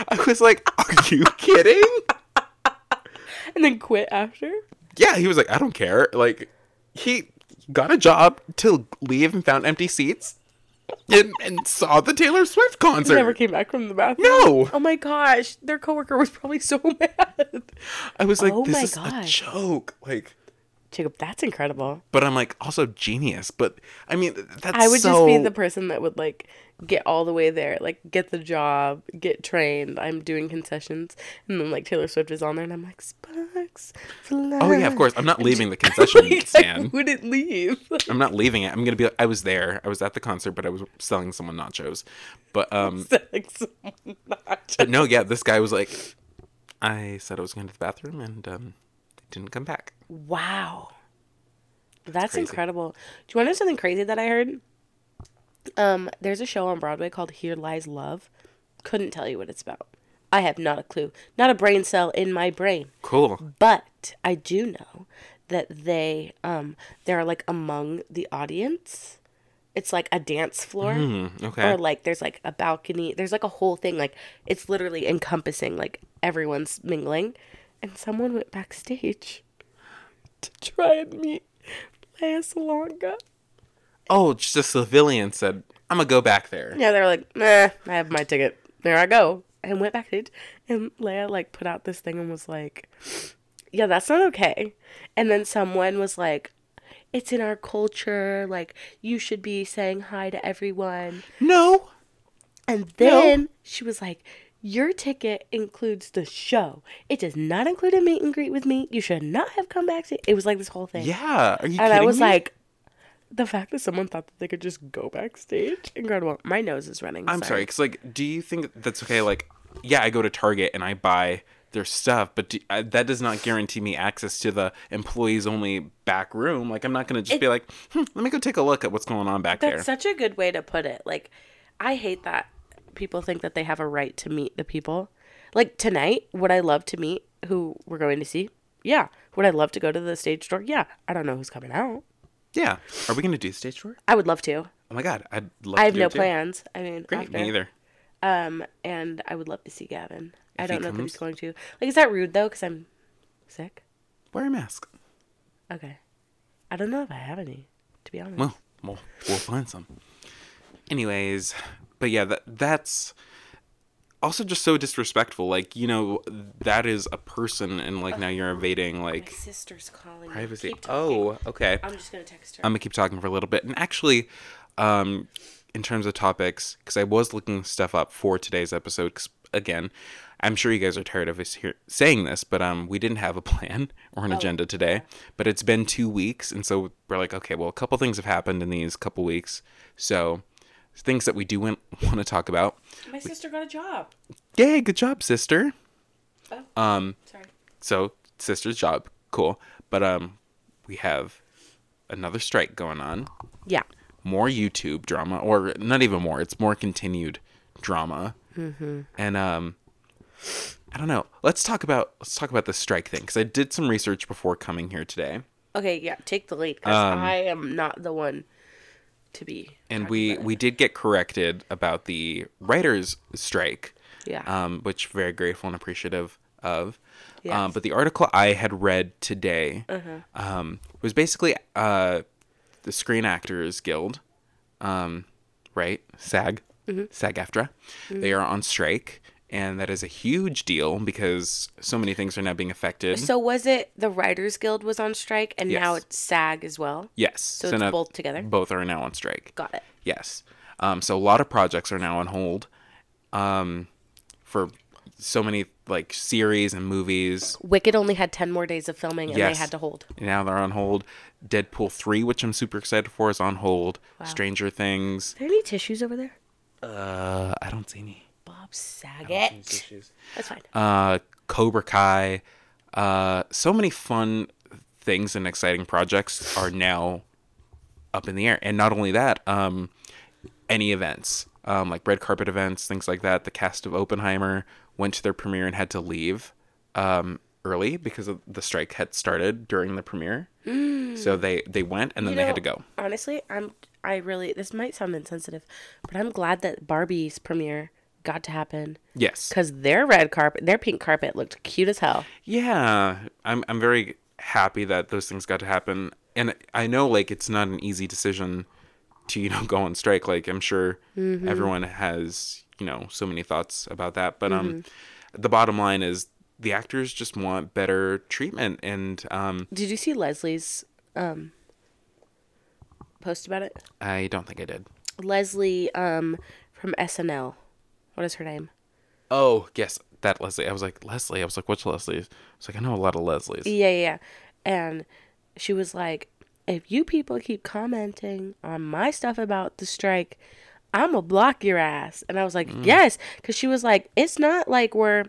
[SPEAKER 2] i was like are you kidding
[SPEAKER 1] and then quit after?
[SPEAKER 2] yeah, he was like, I don't care. Like, he got a job to leave and found empty seats and, and saw the Taylor Swift concert.
[SPEAKER 1] Never came back from the bathroom.
[SPEAKER 2] No.
[SPEAKER 1] Oh my gosh, their coworker was probably so mad.
[SPEAKER 2] I was like,
[SPEAKER 1] Oh
[SPEAKER 2] this
[SPEAKER 1] my
[SPEAKER 2] is a
[SPEAKER 1] God.
[SPEAKER 2] joke. Like,
[SPEAKER 1] Jacob, that's incredible.
[SPEAKER 2] but I'm like, also genius. But I mean, that's
[SPEAKER 1] I would
[SPEAKER 2] so-
[SPEAKER 1] just be the person that would like get all the way there, like get the job, get trained. I'm doing concessions, and then like Taylor Swift is on there, and I'm like, Sparks,
[SPEAKER 2] Oh yeah, of course. I'm not leaving the concession
[SPEAKER 1] I
[SPEAKER 2] stand.
[SPEAKER 1] wouldn't leave.
[SPEAKER 2] I'm not leaving it. I'm gonna be. like, I was there. I was at the concert, but I was selling someone nachos. But um,
[SPEAKER 1] Like, someone not-
[SPEAKER 2] but no, yeah, this guy was like, I said I was going to the bathroom, and um, they didn't come back.
[SPEAKER 1] Wow. That's,
[SPEAKER 2] crazy.
[SPEAKER 1] incredible. Do you want to know something crazy that I heard? Um, there's a show on Broadway called Here Lies Love. Couldn't tell you what it's about. I have not a clue. Not a brain cell in my brain.
[SPEAKER 2] Cool.
[SPEAKER 1] But I do know that they um they're like among the audience. It's like a dance floor
[SPEAKER 2] Okay.
[SPEAKER 1] or like there's like a balcony there's like a whole thing like it's literally encompassing like everyone's mingling and someone went backstage to try and meet Lea Salonga.
[SPEAKER 2] oh, just a civilian said, I'm gonna go back there.
[SPEAKER 1] Yeah, they're like, nah, I have my ticket. There I go. And went backstage. And Leia like put out this thing and was like, Yeah, that's not okay. And then someone was like, It's in our culture, like you should be saying hi to everyone.
[SPEAKER 2] No,
[SPEAKER 1] And then she was like, Your ticket includes the show. It does not include a meet and greet with me. You should not have come back to it. was like this whole thing.
[SPEAKER 2] Yeah. Are you
[SPEAKER 1] and
[SPEAKER 2] kidding
[SPEAKER 1] I was
[SPEAKER 2] me?
[SPEAKER 1] like, the fact that someone thought that they could just go backstage, incredible. My nose is running.
[SPEAKER 2] I'm sorry, because like, do you think that's okay? Like, yeah, I go to Target and I buy their stuff, but do, I, that does not guarantee me access to the employees only back room. Like, I'm not gonna just be like, hmm, let me go take a look at what's going on back there.
[SPEAKER 1] That's such a good way to put it. Like, I hate that people think that they have a right to meet the people. Like tonight, would I love to meet who we're going to see? Yeah. Would I love to go to the stage door? Yeah. I don't know who's coming out.
[SPEAKER 2] yeah. Are we gonna do stage tour?
[SPEAKER 1] I would love to.
[SPEAKER 2] Oh my god, I'd love.
[SPEAKER 1] I have
[SPEAKER 2] to do
[SPEAKER 1] no
[SPEAKER 2] it too.
[SPEAKER 1] plans. I mean,
[SPEAKER 2] Great,
[SPEAKER 1] after.
[SPEAKER 2] me either.
[SPEAKER 1] Um, and I would love to see Gavin. I
[SPEAKER 2] If he
[SPEAKER 1] don't know if he's
[SPEAKER 2] comes.
[SPEAKER 1] going to. Like, is that rude though? Because I'm sick.
[SPEAKER 2] Wear a mask.
[SPEAKER 1] Okay. I don't know if I have any, to be honest.
[SPEAKER 2] Well, we'll, we'll find some. Anyways, but yeah, that that's also just so disrespectful. Like, you know, that is a person, and like now you're invading like
[SPEAKER 1] sister's calling.
[SPEAKER 2] privacy. Oh, Um, okay. I'm,
[SPEAKER 1] just gonna text her.
[SPEAKER 2] gonna keep talking for a little bit. And actually, um, in terms of topics, because I was looking stuff up for today's episode. 'cause, again, I'm sure you guys are tired of us here saying this, but um, we didn't have a plan or an agenda today. But it's been two weeks, and so we're like, okay, well, a couple things have happened in these couple weeks, so things that we do want to talk about.
[SPEAKER 1] My sister got a job. Oh,
[SPEAKER 2] Yay! Good job, sister. Um,
[SPEAKER 1] Sorry.
[SPEAKER 2] So sister's job, cool. But um, we have another strike going on.
[SPEAKER 1] Yeah.
[SPEAKER 2] More YouTube drama, or not even more. It's more continued drama. Mm-hmm. And um, I don't know. Let's talk about let's talk about the strike thing because I did some research before coming here today,
[SPEAKER 1] Okay. Yeah. Take the lead because I am not the one to be.
[SPEAKER 2] Um, and
[SPEAKER 1] talking
[SPEAKER 2] we
[SPEAKER 1] about
[SPEAKER 2] we did get corrected about the writers' strike.
[SPEAKER 1] it. Yeah.
[SPEAKER 2] um, which very grateful and appreciative of. Um,
[SPEAKER 1] Yes. Uh-huh.
[SPEAKER 2] but the article I had read today um, was basically uh, the Screen Actors Guild, um, right? SAG,
[SPEAKER 1] Mm-hmm.
[SPEAKER 2] SAG-AFTRA. They are on strike, and that is a huge deal because so many things are now being affected.
[SPEAKER 1] so was it the Writers Guild was on strike and now
[SPEAKER 2] Yes.
[SPEAKER 1] it's SAG as well?
[SPEAKER 2] yes,
[SPEAKER 1] So, it's both together.
[SPEAKER 2] Both are now on strike.
[SPEAKER 1] Got it.
[SPEAKER 2] Yes. Um, so a lot of projects are now on hold um, for so many like series and movies.
[SPEAKER 1] Wicked only had ten more days of filming and
[SPEAKER 2] Yes.
[SPEAKER 1] they had to hold.
[SPEAKER 2] Now they're on hold. Deadpool 3, which I'm super excited for, is on hold. Stranger Things.
[SPEAKER 1] there any tissues over there?
[SPEAKER 2] Uh, I don't see any
[SPEAKER 1] Bob Saget.
[SPEAKER 2] issues.
[SPEAKER 1] That's fine.
[SPEAKER 2] Uh, Cobra Kai. Uh, so many fun things and exciting projects are now up in the air. And not only that, um, any events, um, like red carpet events, things like that. The cast of Oppenheimer went to their premiere and had to leave um, early because of the strike had started during the premiere. So they they went and then they had to
[SPEAKER 1] know,
[SPEAKER 2] go.
[SPEAKER 1] Honestly, I'm I really this might sound insensitive, but I'm glad that Barbie's premiere got to happen
[SPEAKER 2] Yes.
[SPEAKER 1] because their red carpet, their pink carpet looked cute as hell.
[SPEAKER 2] Yeah, I'm I'm very happy that those things got to happen, and I know like it's not an easy decision to you know go on strike. Like I'm sure everyone has you know so many thoughts about that, but um, the bottom line is the actors just want better treatment, and um,
[SPEAKER 1] Did you see Leslie's um post about it?
[SPEAKER 2] I don't think I did.
[SPEAKER 1] Leslie um from SNL. What is her name?
[SPEAKER 2] Oh yes, that Leslie. I was like Leslie. I was like, which Leslie? I was like, I know a lot of Leslies.
[SPEAKER 1] Yeah, yeah, yeah. And she was like, if you people keep commenting on my stuff about the strike, I'm going to block your ass. And I was like, yes. Because she was like, it's not like we're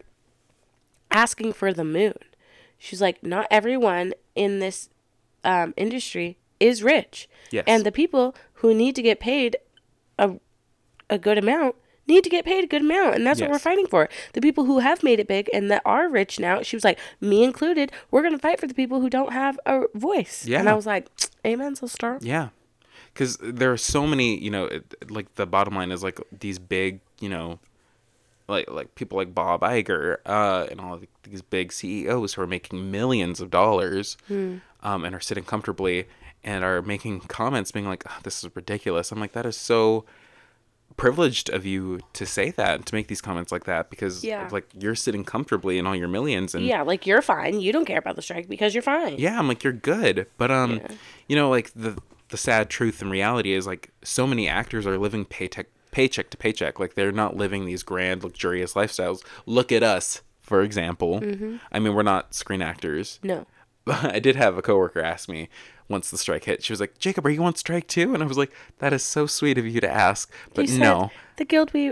[SPEAKER 1] asking for the moon. She's like, not everyone in this um, industry is rich.
[SPEAKER 2] Yes.
[SPEAKER 1] And the people who need to get paid a, a good amount need to get paid a good amount. And that's what we're
[SPEAKER 2] Yes.
[SPEAKER 1] fighting for. The people who have made it big and that are rich now, she was like, me included, we're going to fight for the people who don't have a voice. And
[SPEAKER 2] Yeah.
[SPEAKER 1] I was like, amen, sister.
[SPEAKER 2] Yeah. Because there are so many, you know, it- like the bottom line is like these big, you know, like like people like Bob Iger uh, and all of these big CEOs who are making millions of dollars um, and are sitting comfortably and are making comments being like, "Ah, this is ridiculous. I'm like, that is so privileged of you to say that and to make these comments like that because
[SPEAKER 1] Yeah.
[SPEAKER 2] like you're sitting comfortably in all your millions and
[SPEAKER 1] Yeah, like you're fine. You don't care about the strike because you're fine.
[SPEAKER 2] yeah i'm like you're good but um you know like the the sad truth and reality is like so many actors are living paycheck paycheck to paycheck. Like they're not living these grand, luxurious lifestyles. Look at us, for example.
[SPEAKER 1] Mm-hmm.
[SPEAKER 2] I mean, we're not screen actors.
[SPEAKER 1] No.
[SPEAKER 2] But I did have a coworker ask me once the strike hit. She was like, "Jacob, are you on strike too?" And I was like, "That is so sweet of you to ask, but
[SPEAKER 1] You said
[SPEAKER 2] no."
[SPEAKER 1] The guild we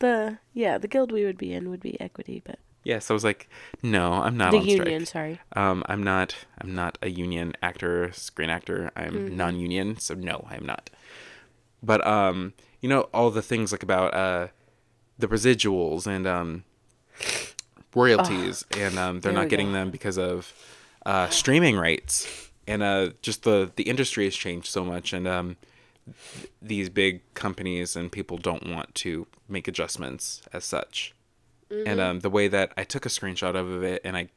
[SPEAKER 1] the yeah, the guild we would be in would be equity, but
[SPEAKER 2] Yeah, so I was like, "No, I'm not
[SPEAKER 1] the
[SPEAKER 2] on
[SPEAKER 1] union,
[SPEAKER 2] strike.
[SPEAKER 1] sorry.
[SPEAKER 2] Um, I'm not. I'm not a union actor, screen actor. I'm
[SPEAKER 1] Mm-hmm.
[SPEAKER 2] non-union, so no, I am not." But um, you know all the things like about uh, the residuals and um, royalties, and um, they're
[SPEAKER 1] There
[SPEAKER 2] not
[SPEAKER 1] we
[SPEAKER 2] getting
[SPEAKER 1] go.
[SPEAKER 2] them because of uh, streaming rights, and uh, just the the industry has changed so much, and um, th- these big companies and people don't want to make adjustments as such.
[SPEAKER 1] Mm-hmm.
[SPEAKER 2] And um, the way that I took a screenshot of it, and I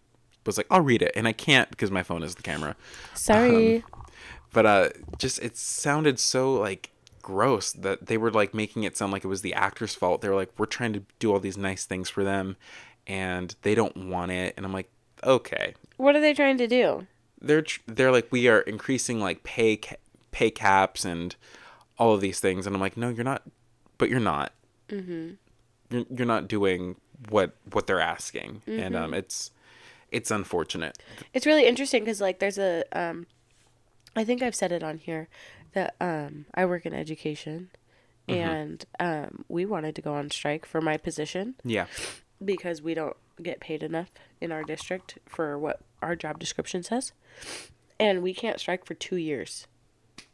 [SPEAKER 2] was like, I'll read it, and I can't because my phone is the camera
[SPEAKER 1] Sorry.
[SPEAKER 2] but uh just it sounded so like gross that they were like making it sound like it was the actor's fault they were like we're trying to do all these nice things for them and they don't want it and i'm like okay
[SPEAKER 1] what are they trying to do?
[SPEAKER 2] they're tr- they're like we are increasing like pay ca- pay caps and all of these things and i'm like no you're not but you're not mm-hmm. you're, you're not doing what what they're asking and um it's it's unfortunate
[SPEAKER 1] It's really interesting because like there's a um, I think I've said it on here that um I work in education, and um we wanted to go on strike for my position
[SPEAKER 2] yeah
[SPEAKER 1] because we don't get paid enough in our district for what our job description says, and we can't strike for two years.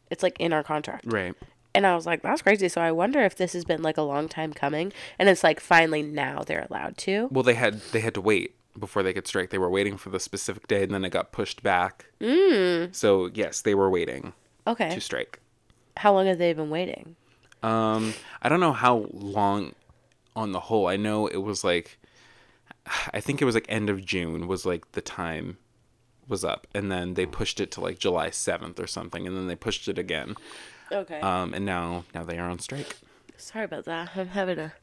[SPEAKER 1] It's like in our contract.
[SPEAKER 2] right
[SPEAKER 1] And I was like, that's crazy. So I wonder if this has been like a long time coming. And it's like finally now they're allowed to.
[SPEAKER 2] Well, they had they had to wait before they could strike. They were waiting for the specific day, and then it got pushed back. Mm. So yes, they were waiting
[SPEAKER 1] Okay.
[SPEAKER 2] to strike.
[SPEAKER 1] How long have they been waiting?
[SPEAKER 2] Um, I don't know how long on the whole. I know it was like, I think it was like end of June was like the time was up, and then they pushed it to like July seventh or something, and then they pushed it again.
[SPEAKER 1] Okay.
[SPEAKER 2] Um, and now now they are on strike.
[SPEAKER 1] Sorry about that. I'm having a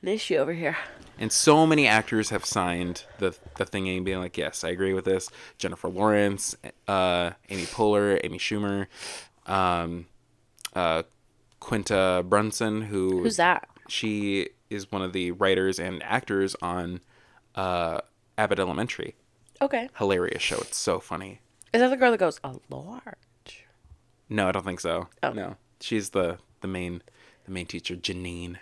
[SPEAKER 1] an issue over here.
[SPEAKER 2] And so many actors have signed the the thing and being like, yes, I agree with this. Jennifer Lawrence, uh, Amy Poehler, Amy Schumer, um, uh, Quinta Brunson, who
[SPEAKER 1] Who's that?
[SPEAKER 2] She is one of the writers and actors on uh, Abbott Elementary.
[SPEAKER 1] Okay.
[SPEAKER 2] Hilarious show. It's so funny.
[SPEAKER 1] Is that the girl that goes a large?
[SPEAKER 2] No, I don't think so.
[SPEAKER 1] Oh.
[SPEAKER 2] No, she's the the main the main teacher, Janine.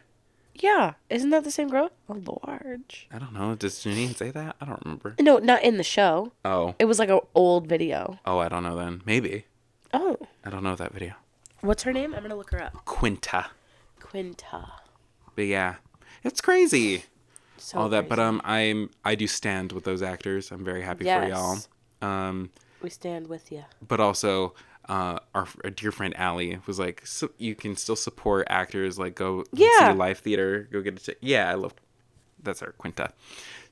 [SPEAKER 1] Yeah. Isn't that the same girl? A large.
[SPEAKER 2] I don't know. Does Janine say that? I don't remember.
[SPEAKER 1] No, not in the show.
[SPEAKER 2] Oh,
[SPEAKER 1] It was like an old video.
[SPEAKER 2] oh, I don't know. Then maybe.
[SPEAKER 1] Oh.
[SPEAKER 2] I don't know that video.
[SPEAKER 1] What's her name? I'm gonna look her up.
[SPEAKER 2] Quinta.
[SPEAKER 1] Quinta.
[SPEAKER 2] But yeah, it's crazy.
[SPEAKER 1] So
[SPEAKER 2] All that, but
[SPEAKER 1] crazy.
[SPEAKER 2] um, I'm I do stand with those actors. I'm very happy
[SPEAKER 1] Yes.
[SPEAKER 2] for y'all. Um,
[SPEAKER 1] we stand with you.
[SPEAKER 2] but also, uh, our, our dear friend Allie was like, so you can still support actors. Like, go and
[SPEAKER 1] Yeah.
[SPEAKER 2] see live theater. Go get a ticket. Yeah, I love. That's our Quinta.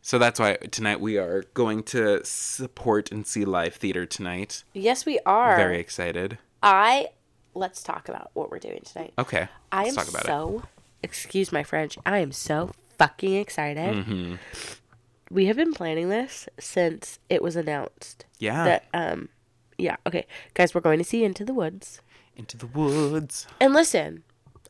[SPEAKER 2] So that's why tonight we are going to support and see live theater tonight.
[SPEAKER 1] Yes, we are.
[SPEAKER 2] Very excited.
[SPEAKER 1] I let's talk about what we're doing tonight.
[SPEAKER 2] Okay,
[SPEAKER 1] I am
[SPEAKER 2] Uh, let's talk about it.
[SPEAKER 1] so excuse my French. I am so fucking excited.
[SPEAKER 2] Mm-hmm.
[SPEAKER 1] We have been planning this since it was announced.
[SPEAKER 2] Yeah,
[SPEAKER 1] That um yeah, okay. Guys, we're going to see Into the Woods.
[SPEAKER 2] into the woods.
[SPEAKER 1] And listen,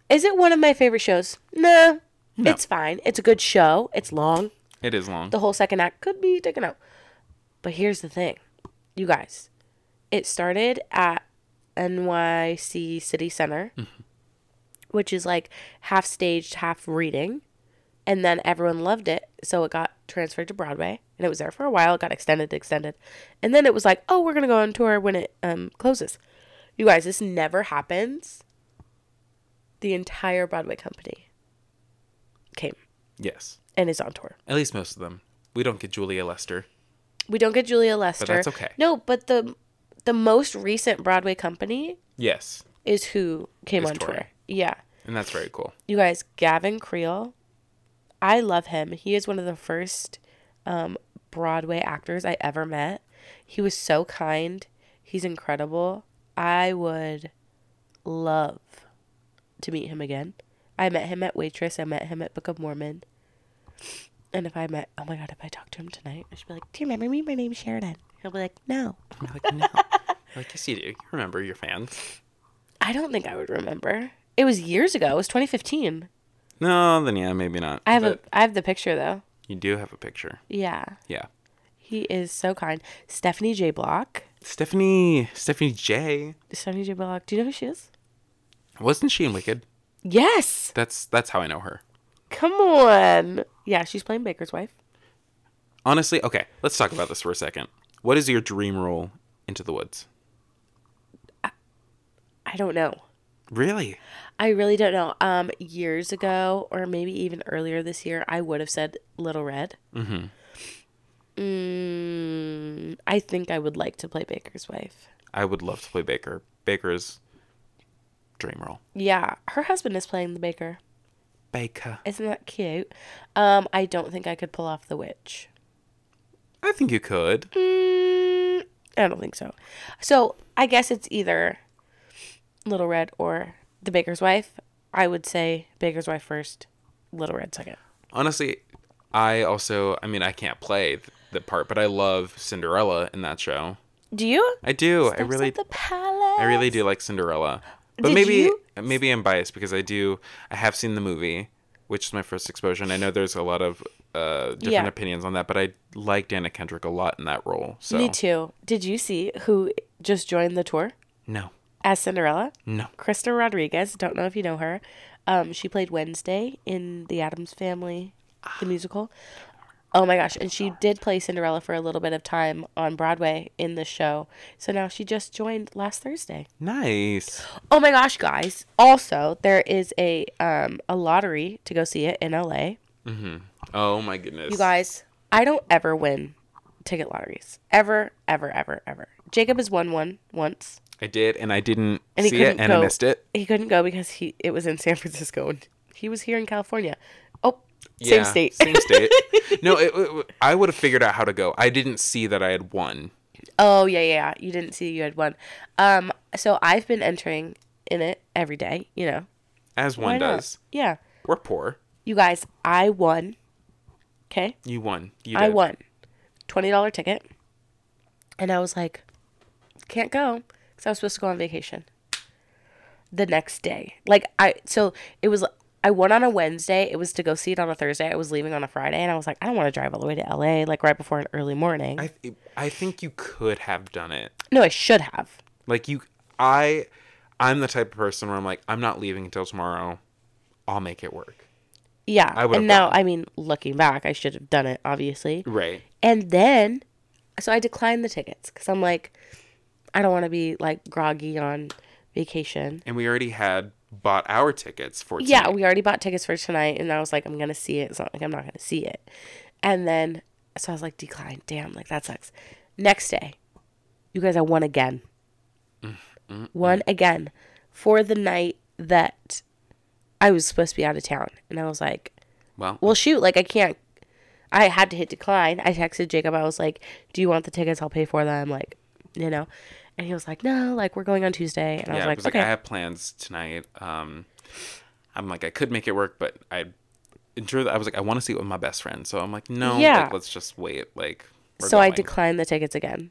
[SPEAKER 1] is it one of my favorite shows? No.
[SPEAKER 2] No.
[SPEAKER 1] It's fine. It's a good show. It's long.
[SPEAKER 2] It is long.
[SPEAKER 1] The whole second act could be taken out. But here's the thing. You guys, it started at NYC City Center, which is like half staged, half reading. And then everyone loved it. So it got transferred to Broadway and it was there for a while. It got extended, extended. And then it was like, oh, we're going to go on tour when it um, closes. You guys, this never happens. The entire Broadway company came
[SPEAKER 2] yes,
[SPEAKER 1] and is on tour.
[SPEAKER 2] at least most of them. We don't get Julia Lester.
[SPEAKER 1] We don't get Julia Lester.
[SPEAKER 2] that's okay.
[SPEAKER 1] No, but the the most recent Broadway company
[SPEAKER 2] Yes,
[SPEAKER 1] is who came
[SPEAKER 2] Is
[SPEAKER 1] on tour.
[SPEAKER 2] touring.
[SPEAKER 1] Yeah.
[SPEAKER 2] and that's very cool.
[SPEAKER 1] You guys, Gavin Creel, I love him. He is one of the first um, Broadway actors I ever met. He was so kind. He's incredible. I would love to meet him again. I met him at Waitress. I met him at Book of Mormon. And if I met, oh my God, if I talk to him tonight, I should be like, Do you remember me? My name's Sheridan. He'll be like, No.
[SPEAKER 2] I'm like, no. like, yes, you do. You remember your fans.
[SPEAKER 1] I don't think I would remember. It was years ago. It was 2015.
[SPEAKER 2] No, then yeah, maybe not.
[SPEAKER 1] I have
[SPEAKER 2] But
[SPEAKER 1] a I have the picture though.
[SPEAKER 2] You do have a picture.
[SPEAKER 1] Yeah.
[SPEAKER 2] Yeah.
[SPEAKER 1] He is so kind. Stephanie J. Block.
[SPEAKER 2] Stephanie, Stephanie J.
[SPEAKER 1] Stephanie J. Block. Do you know who she is?
[SPEAKER 2] Wasn't she in Wicked?
[SPEAKER 1] Yes.
[SPEAKER 2] That's that's how I know her.
[SPEAKER 1] Come on. Yeah, she's playing Baker's wife.
[SPEAKER 2] Honestly, okay, let's talk about this for a second. What is your dream role into the woods?
[SPEAKER 1] I don't know.
[SPEAKER 2] Really?
[SPEAKER 1] I really don't know. Um, years ago, or maybe even earlier this year, I would have said Little Red. Mm-hmm. Mm, I think I would like to play Baker's wife.
[SPEAKER 2] I would love to play Baker. Baker's dream role.
[SPEAKER 1] Yeah, her husband is playing the baker.
[SPEAKER 2] Baker.
[SPEAKER 1] Isn't that cute? Um, I don't think I could pull off the witch.
[SPEAKER 2] I think you could.
[SPEAKER 1] Mm, I don't think so. So I guess it's either Little Red or the Baker's Wife. I would say Baker's Wife first, Little Red second.
[SPEAKER 2] Honestly, I also, I mean, I can't play th- the part, but I love Cinderella in that show.
[SPEAKER 1] Do you?
[SPEAKER 2] I do. I really
[SPEAKER 1] the palace.
[SPEAKER 2] I really do like Cinderella. But
[SPEAKER 1] Did
[SPEAKER 2] maybe
[SPEAKER 1] you-
[SPEAKER 2] maybe I'm biased because I do I have seen the movie, which is my first exposure, and I know there's a lot of uh, different
[SPEAKER 1] Yeah.
[SPEAKER 2] opinions on that, but I liked Anna Kendrick a lot in that role. So
[SPEAKER 1] Me too. Did you see who just joined the tour
[SPEAKER 2] no,
[SPEAKER 1] as Cinderella?
[SPEAKER 2] no,
[SPEAKER 1] Krista Rodriguez. Don't know if you know her. Um, she played Wednesday in The Addams Family,
[SPEAKER 2] Ah.
[SPEAKER 1] the musical. Oh my gosh! And she did play Cinderella for a little bit of time on Broadway in the show. So now she just joined last Thursday.
[SPEAKER 2] nice.
[SPEAKER 1] Oh my gosh, guys! Also, there is a um a lottery to go see it in LA.
[SPEAKER 2] Oh my goodness,
[SPEAKER 1] You guys, I don't ever win ticket lotteries. Ever, ever, ever, ever. Jacob has won one once.
[SPEAKER 2] I did, and I didn't
[SPEAKER 1] And he
[SPEAKER 2] see it,
[SPEAKER 1] couldn't
[SPEAKER 2] and I
[SPEAKER 1] go.
[SPEAKER 2] missed it.
[SPEAKER 1] He couldn't go because he it was in San Francisco and he was here in California. Oh,
[SPEAKER 2] Yeah,
[SPEAKER 1] same state.
[SPEAKER 2] same state. No, it, it- I would have figured out how to go. I didn't see that I had won.
[SPEAKER 1] oh yeah, yeah, yeah. You didn't see you had one. Um, so I've been entering in it every day. You know,
[SPEAKER 2] As one
[SPEAKER 1] Why not?
[SPEAKER 2] does.
[SPEAKER 1] Yeah,
[SPEAKER 2] We're poor.
[SPEAKER 1] you guys, I won. Okay,
[SPEAKER 2] You won. You
[SPEAKER 1] I
[SPEAKER 2] did.
[SPEAKER 1] won twenty dollar ticket, and I was like, can't go because I was supposed to go on vacation. The next day, like I so it was I won on a Wednesday. It was to go see it on a Thursday. I was leaving on a Friday, and I was like, I don't want to drive all the way to L.A. like right before an early morning.
[SPEAKER 2] I th- I think you could have done it.
[SPEAKER 1] no, I should have.
[SPEAKER 2] Like you, I, I'm the type of person where I'm like, I'm not leaving until tomorrow. I'll make it work.
[SPEAKER 1] Yeah,
[SPEAKER 2] I would
[SPEAKER 1] and
[SPEAKER 2] have
[SPEAKER 1] now
[SPEAKER 2] gone.
[SPEAKER 1] I mean, looking back, I should have done it obviously.
[SPEAKER 2] Right.
[SPEAKER 1] And then, so I declined the tickets because I'm like, I don't want to be like groggy on vacation.
[SPEAKER 2] And we already had bought our tickets for.
[SPEAKER 1] yeah,
[SPEAKER 2] tonight.
[SPEAKER 1] we already bought tickets for tonight, and I was like, I'm gonna see it. It's not like I'm not gonna see it. And then, so I was like, decline. Damn, like that sucks. Next day, you guys, I won again.
[SPEAKER 2] Mm-hmm.
[SPEAKER 1] Won again for the night that I was supposed to be out of town, and I was like,
[SPEAKER 2] Well,
[SPEAKER 1] well, shoot, like I can't. I had to hit decline. I texted Jacob. I was like, "Do you want the tickets? I'll pay for them." Like, you know, and he was like, "No, like we're going on Tuesday." And I was
[SPEAKER 2] yeah. I
[SPEAKER 1] like,
[SPEAKER 2] was like,
[SPEAKER 1] "Okay."
[SPEAKER 2] I have plans tonight. Um, I'm like, I could make it work, but I, ensure that I was like, I want to see it with my best friend. So I'm like, no,
[SPEAKER 1] Yeah.
[SPEAKER 2] like, let's just wait. Like, we're
[SPEAKER 1] so I
[SPEAKER 2] going.
[SPEAKER 1] declined the tickets again.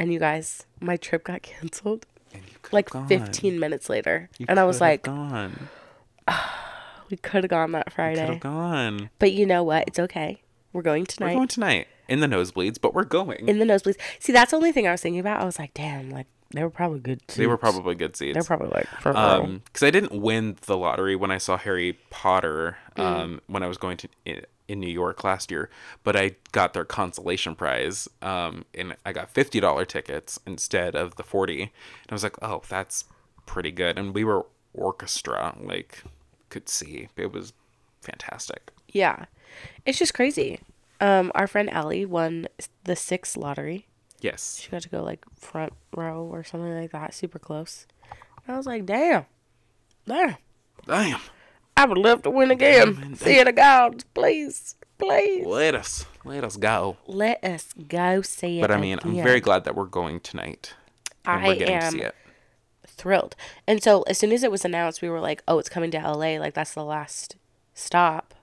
[SPEAKER 1] And you guys, my trip got canceled
[SPEAKER 2] And you could
[SPEAKER 1] like
[SPEAKER 2] have gone.
[SPEAKER 1] 15 minutes later.
[SPEAKER 2] Oh You
[SPEAKER 1] and I was
[SPEAKER 2] could have
[SPEAKER 1] like,
[SPEAKER 2] gone.
[SPEAKER 1] we could have gone that
[SPEAKER 2] Could have
[SPEAKER 1] Friday.
[SPEAKER 2] gone.
[SPEAKER 1] But you know what? It's okay. We're going
[SPEAKER 2] We're
[SPEAKER 1] tonight
[SPEAKER 2] going tonight in the nosebleeds, but we're going.
[SPEAKER 1] in the nosebleeds. See, that's the only thing I was thinking about. I was like, damn, like they were probably good.
[SPEAKER 2] they were
[SPEAKER 1] seats.
[SPEAKER 2] probably good seats.
[SPEAKER 1] They're probably like for real.
[SPEAKER 2] Um 'cause because I didn't win the lottery when I saw Harry Potter
[SPEAKER 1] Mm.
[SPEAKER 2] um, when I was going to in, in New York last year, but I got their consolation prize, um, and I got fifty dollar tickets instead of the forty, and I was like, oh, that's pretty good, and we were orchestra, like could see it was fantastic.
[SPEAKER 1] Yeah. It's just crazy. Um, our friend Allie won s- the sixth lottery.
[SPEAKER 2] Yes,
[SPEAKER 1] She got to go like front row or something like that, super close. And I was like, damn, damn,
[SPEAKER 2] damn.
[SPEAKER 1] I would love to win
[SPEAKER 2] Mm-hmm.
[SPEAKER 1] again. See it gods, please, please.
[SPEAKER 2] Let us let us go.
[SPEAKER 1] Let us go see it.
[SPEAKER 2] But I mean, I'm
[SPEAKER 1] again.
[SPEAKER 2] very glad that we're going tonight. And
[SPEAKER 1] I
[SPEAKER 2] we're getting
[SPEAKER 1] am
[SPEAKER 2] to see it.
[SPEAKER 1] thrilled. And so as soon as it was announced, we were like, oh, it's coming to LA. Like that's the last stop,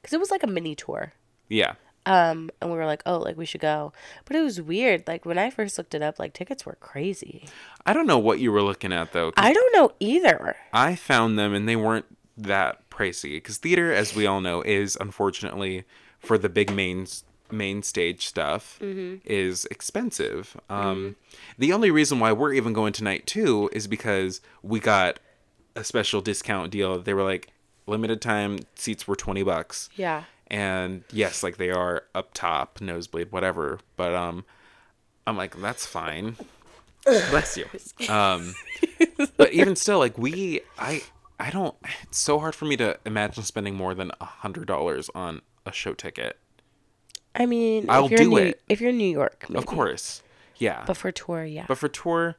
[SPEAKER 1] because it was like a mini tour.
[SPEAKER 2] Yeah.
[SPEAKER 1] Um, and we were like, oh, like we should go. But it was weird. Like when I first looked it up, like tickets were crazy.
[SPEAKER 2] I don't know what you were looking at though. 'cause
[SPEAKER 1] I don't know either.
[SPEAKER 2] I found them and they weren't that pricey because theater, as we all know, is unfortunately for the big main main stage stuff is expensive. Um, The only reason why we're even going tonight too is because we got a special discount deal. They were like limited time seats were twenty bucks.
[SPEAKER 1] Yeah.
[SPEAKER 2] And yes, like they are up top, nosebleed, whatever. But um, I'm like, that's fine. Bless you. Um, but even still, like we, I, I don't. It's so hard for me to imagine spending more than a hundred dollars on a show ticket.
[SPEAKER 1] I mean,
[SPEAKER 2] I'll
[SPEAKER 1] if you're in
[SPEAKER 2] do
[SPEAKER 1] New,
[SPEAKER 2] it.
[SPEAKER 1] If you're in New York,
[SPEAKER 2] Of
[SPEAKER 1] maybe.
[SPEAKER 2] course, yeah.
[SPEAKER 1] But for tour, yeah.
[SPEAKER 2] But for tour,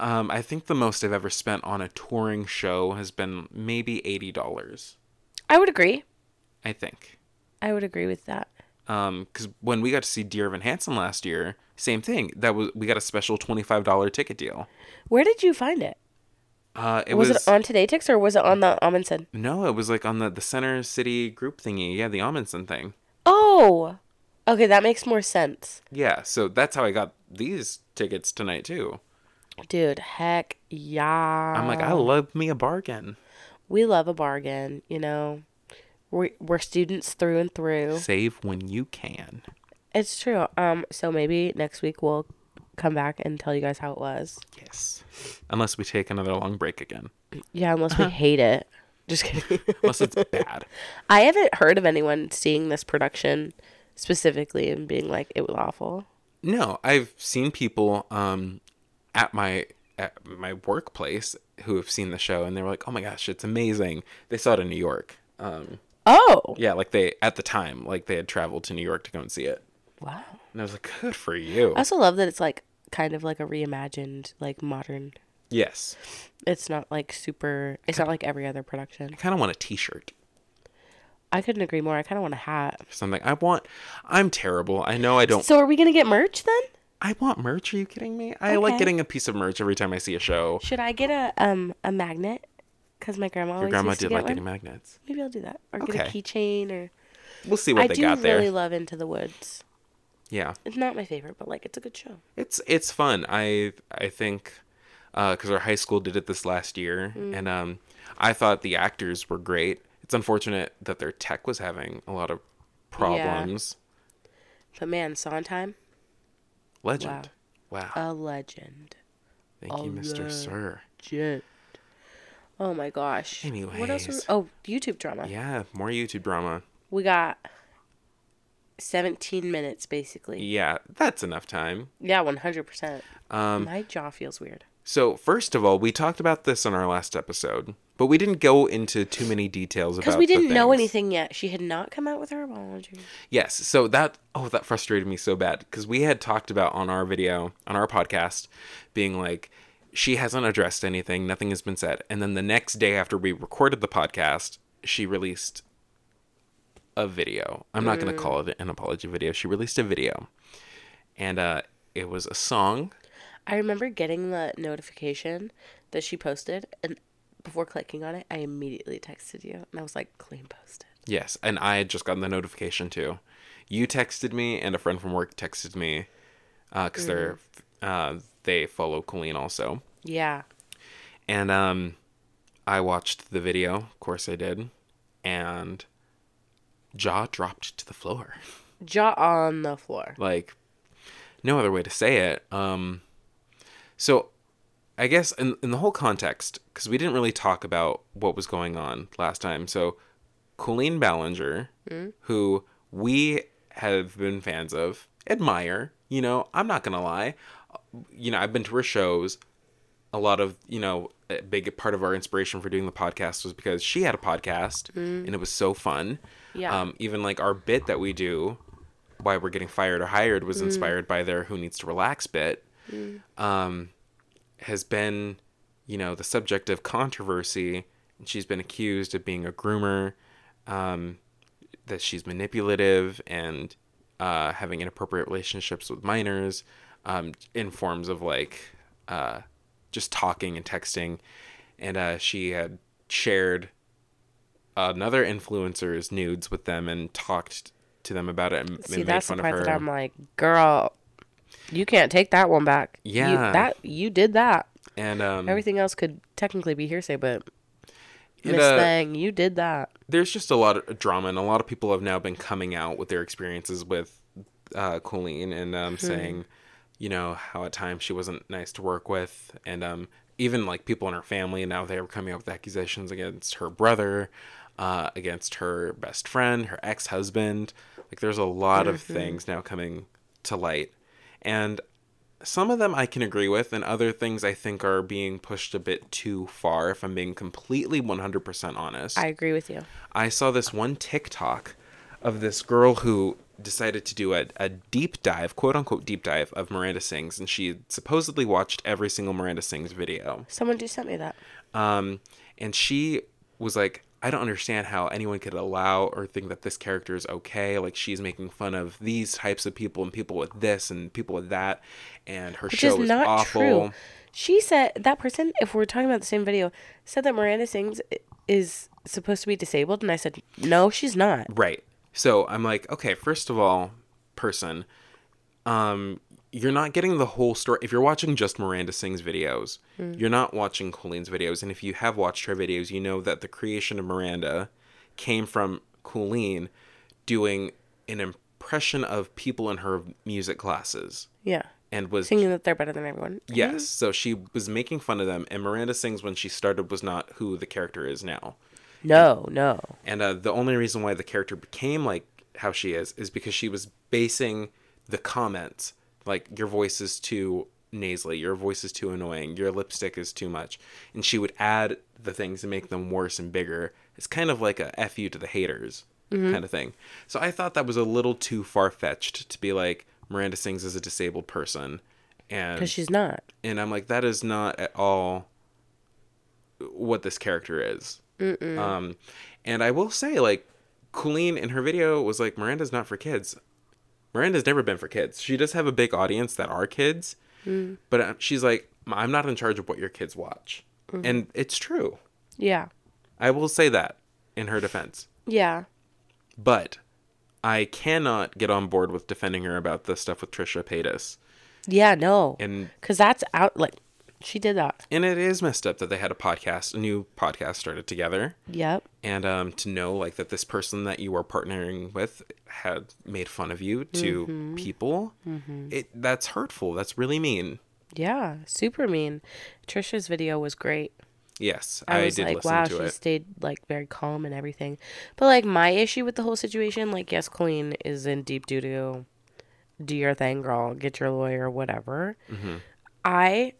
[SPEAKER 2] um, I think the most I've ever spent on a touring show has been maybe eighty dollars.
[SPEAKER 1] I would agree.
[SPEAKER 2] I think.
[SPEAKER 1] I would agree with that.
[SPEAKER 2] because Um, when we got to see Dear Evan Hansen last year, same thing. That was we got a special twenty five dollar ticket deal.
[SPEAKER 1] Where did you find it?
[SPEAKER 2] Uh, it
[SPEAKER 1] Was,
[SPEAKER 2] was,
[SPEAKER 1] it on Today Tix or was it on the Amundsen?
[SPEAKER 2] no, it was like on the the center city group thingy. Yeah, the Amundsen thing.
[SPEAKER 1] Oh, okay, that makes more sense,
[SPEAKER 2] Yeah, so that's how I got these tickets tonight too.
[SPEAKER 1] dude. Heck yeah.
[SPEAKER 2] I'm like, I love me a bargain.
[SPEAKER 1] we love a bargain, you know. We we're students through and through.
[SPEAKER 2] Save when you can.
[SPEAKER 1] It's true. Um, so maybe next week we'll come back and tell you guys how it was.
[SPEAKER 2] Yes. Unless we take another long break again.
[SPEAKER 1] Yeah, unless we hate it. Just kidding.
[SPEAKER 2] Unless it's bad.
[SPEAKER 1] I haven't heard of anyone seeing this production specifically and being like it was awful.
[SPEAKER 2] No, I've seen people um, at my at my workplace who have seen the show and they were like, "Oh my gosh, it's amazing!" They saw it in New York. Um,
[SPEAKER 1] Oh,
[SPEAKER 2] yeah, like they at the time, like they had traveled to New York to go and see it.
[SPEAKER 1] wow.
[SPEAKER 2] And I was like, "Good for you!"
[SPEAKER 1] I also love that it's like kind of like a reimagined, like modern.
[SPEAKER 2] yes,
[SPEAKER 1] It's not like super. It's not like every other production.
[SPEAKER 2] I kind of want a T-shirt,
[SPEAKER 1] I couldn't agree more. I kind of want a hat.
[SPEAKER 2] or something. I want. I'm terrible. I know I don't.
[SPEAKER 1] So are we gonna get merch then?
[SPEAKER 2] I want merch. Are you kidding me? I like
[SPEAKER 1] Okay.
[SPEAKER 2] getting a piece of merch every time I see a show.
[SPEAKER 1] Should I get a um a magnet? Cause my grandma always
[SPEAKER 2] Your grandma
[SPEAKER 1] used to
[SPEAKER 2] did
[SPEAKER 1] get
[SPEAKER 2] like
[SPEAKER 1] one.
[SPEAKER 2] getting magnets.
[SPEAKER 1] Maybe I'll do that, or get a
[SPEAKER 2] Okay.
[SPEAKER 1] keychain, or
[SPEAKER 2] We'll see what
[SPEAKER 1] I
[SPEAKER 2] they
[SPEAKER 1] do
[SPEAKER 2] got there.
[SPEAKER 1] really love Into the Woods.
[SPEAKER 2] yeah.
[SPEAKER 1] It's not my favorite, but like it's a good show.
[SPEAKER 2] It's it's fun. I I think because our high school did it this last year,
[SPEAKER 1] Mm.
[SPEAKER 2] and um, I thought the actors were great. It's unfortunate that their tech was having a lot of problems.
[SPEAKER 1] But man, Sondheim,
[SPEAKER 2] Legend. Wow.
[SPEAKER 1] a legend.
[SPEAKER 2] Thank you, Mr. Sir.
[SPEAKER 1] Legend. Oh my gosh. What else? Was,
[SPEAKER 2] Anyways.
[SPEAKER 1] oh, YouTube drama.
[SPEAKER 2] Yeah, more YouTube drama.
[SPEAKER 1] We got 17 minutes basically.
[SPEAKER 2] Yeah, that's enough time.
[SPEAKER 1] Yeah, 100%. Um, my jaw feels weird.
[SPEAKER 2] So first of all, we talked about this on our last episode, but we didn't go into too many details about
[SPEAKER 1] Because we
[SPEAKER 2] the
[SPEAKER 1] didn't know
[SPEAKER 2] things.
[SPEAKER 1] anything yet. She had not come out with her apology.
[SPEAKER 2] Yes. So that oh that frustrated me so bad because we had talked about on our video on our podcast being like she hasn't addressed anything, nothing has been said, and then the next day after we recorded the podcast, she released a video. I'm not going to call it an apology video. She released a video, and uh, it was a song.
[SPEAKER 1] I remember getting the notification that she posted, and before clicking on it, I immediately texted you, and I was like, clean posted.
[SPEAKER 2] Yes, and I had just gotten the notification too. You texted me, and a friend from work texted me because they're uh, they follow Colleen also.
[SPEAKER 1] Yeah.
[SPEAKER 2] And um, I watched the video, of course I did, and jaw dropped to the floor.
[SPEAKER 1] Jaw on the floor.
[SPEAKER 2] Like, no other way to say it. Um, so I guess in, in the whole context, because we didn't really talk about what was going on last time. So Colleen Ballinger, who we have been fans of, admire, you know, I'm not going to lie. You know, I've been to her shows. A lot of, you know, a big part of our inspiration for doing the podcast was because she had a podcast and it was so fun.
[SPEAKER 1] Yeah.
[SPEAKER 2] Um, even like our bit that we do, why we're getting fired or hired, was inspired by their Who Needs to Relax bit Um, has been, you know, the subject of controversy. and She's been accused of being a groomer, um, that she's manipulative and uh, having inappropriate relationships with minors um, in forms of like uh, just talking and texting. And uh, she had shared another influencer's nudes with them and talked to them about it and,
[SPEAKER 1] See,
[SPEAKER 2] and made
[SPEAKER 1] that's the
[SPEAKER 2] fun of
[SPEAKER 1] part
[SPEAKER 2] her.
[SPEAKER 1] that I'm like, girl, you can't take that one back. You-
[SPEAKER 2] Yeah.
[SPEAKER 1] that you did that.
[SPEAKER 2] and um,
[SPEAKER 1] Everything else could technically be hearsay, but
[SPEAKER 2] It,
[SPEAKER 1] Miss
[SPEAKER 2] uh,
[SPEAKER 1] Thing, you did that.
[SPEAKER 2] there's just a lot of drama, and a lot of people have now been coming out with their experiences with uh, Colleen and um, saying, you know, how at times she wasn't nice to work with, and um, even like people in her family now they are coming up with accusations against her brother, uh, against her best friend, her ex husband. Like, there's a lot of things now coming to light, and some of them I can agree with, and other things I think are being pushed a bit too far. If I'm being completely 100% honest,
[SPEAKER 1] I agree with you.
[SPEAKER 2] I saw this one TikTok of this girl who decided to do a, a deep dive, quote unquote deep dive, of Miranda Sings, and she supposedly watched every single Miranda Sings video.
[SPEAKER 1] Someone do sent me that.
[SPEAKER 2] Um, and she was like, I don't understand how anyone could allow or think that this character is okay. Like she's making fun of these types of people and people with this and people with that, and her
[SPEAKER 1] Which
[SPEAKER 2] show
[SPEAKER 1] is
[SPEAKER 2] is
[SPEAKER 1] not
[SPEAKER 2] awful.
[SPEAKER 1] true. She said that person, if we're talking about the same video, said that Miranda Sings i- is supposed to be disabled, and I said no, she's not.
[SPEAKER 2] Right. So I'm like, okay, first of all, person, um, you're not getting the whole story. If you're watching just Miranda Sings videos, you're not watching Colleen's videos. And if you have watched her videos, you know that the creation of Miranda came from Colleen doing an impression of people in her music classes
[SPEAKER 1] Yeah,
[SPEAKER 2] and was
[SPEAKER 1] thinking that they're better than everyone.
[SPEAKER 2] Yes. So she was making fun of them, and Miranda Sings when she started was not who the character is now.
[SPEAKER 1] No, no.
[SPEAKER 2] And uh, the only reason why the character became like how she is is because she was basing the comments like your voice is too nasally, your voice is too annoying, your lipstick is too much, and she would add the things to make them worse and bigger. It's kind of like a f you to the haters kind of thing. So I thought that was a little too far fetched to be like Miranda Sings is a disabled person, and
[SPEAKER 1] Because she's not.
[SPEAKER 2] and I'm like, that is not at all what this character is. Um, and I will say, like, Colleen in her video was like, Miranda's not for kids. Miranda's never been for kids. She does have a big audience that are kids, but uh, she's like, I'm not in charge of what your kids watch, and it's true.
[SPEAKER 1] Yeah.
[SPEAKER 2] I will say that in her defense,
[SPEAKER 1] Yeah.
[SPEAKER 2] but I cannot get on board with defending her about the stuff with Trisha Paytas,
[SPEAKER 1] Yeah, no.
[SPEAKER 2] and
[SPEAKER 1] Because that's out. Like, she did that.
[SPEAKER 2] and it is messed up that they had a podcast, a new podcast started together.
[SPEAKER 1] Yep.
[SPEAKER 2] and um, to know like that this person that you are partnering with had made fun of you to
[SPEAKER 1] Mm-hmm.
[SPEAKER 2] people it that's hurtful that's really mean
[SPEAKER 1] Yeah. Super mean. Trisha's video was great.
[SPEAKER 2] yes
[SPEAKER 1] I
[SPEAKER 2] i,
[SPEAKER 1] was
[SPEAKER 2] did
[SPEAKER 1] like,
[SPEAKER 2] listen
[SPEAKER 1] wow,
[SPEAKER 2] to
[SPEAKER 1] she
[SPEAKER 2] it
[SPEAKER 1] stayed like very calm and everything. But like my issue with the whole situation, like yes, Colleen is in deep doo doo. Do your thing, girl. Get your lawyer, whatever.
[SPEAKER 2] Mm-hmm.
[SPEAKER 1] I,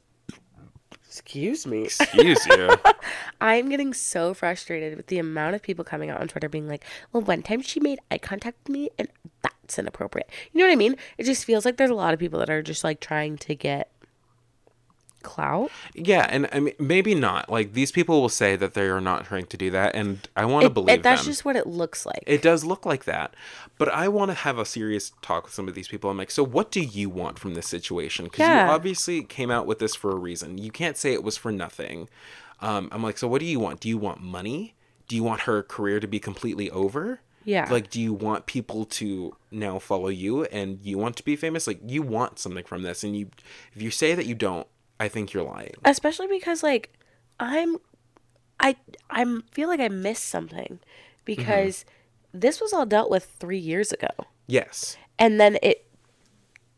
[SPEAKER 1] excuse me.
[SPEAKER 2] excuse you
[SPEAKER 1] I'm getting so frustrated with the amount of people coming out on Twitter being like, well, one time she made eye contact with me and that's inappropriate. You know what I mean? It just feels like there's a lot of people that are just like trying to get clout.
[SPEAKER 2] yeah and i mean maybe not like these people will say that they are not trying to do that and i want to believe
[SPEAKER 1] And that's
[SPEAKER 2] them
[SPEAKER 1] just what it looks like.
[SPEAKER 2] it does look like that but i want to have a serious talk with some of these people i'm like so what do you want from this situation because
[SPEAKER 1] Yeah.
[SPEAKER 2] you obviously came out with this for a reason you can't say it was for nothing um, i'm like so what do you want do you want money do you want her career to be completely over
[SPEAKER 1] Yeah.
[SPEAKER 2] like do you want people to now follow you and you want to be famous like you want something from this and you if you say that you don't i think you're lying
[SPEAKER 1] especially because like i'm i i'm feel like i missed something because this was all dealt with three years ago
[SPEAKER 2] yes
[SPEAKER 1] and then it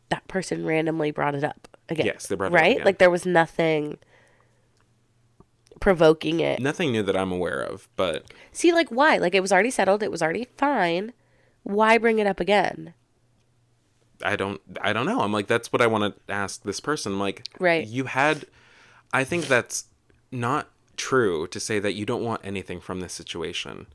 [SPEAKER 1] that person randomly brought it up again
[SPEAKER 2] Yes, they brought it up
[SPEAKER 1] right
[SPEAKER 2] again.
[SPEAKER 1] like there was nothing provoking it
[SPEAKER 2] nothing new that i'm aware of but
[SPEAKER 1] see like why like it was already settled it was already fine why bring it up again
[SPEAKER 2] I don't I don't know. I'm like that's what I want to ask this person. I'm like
[SPEAKER 1] Right.
[SPEAKER 2] you had I think that's not true to say that you don't want anything from this situation.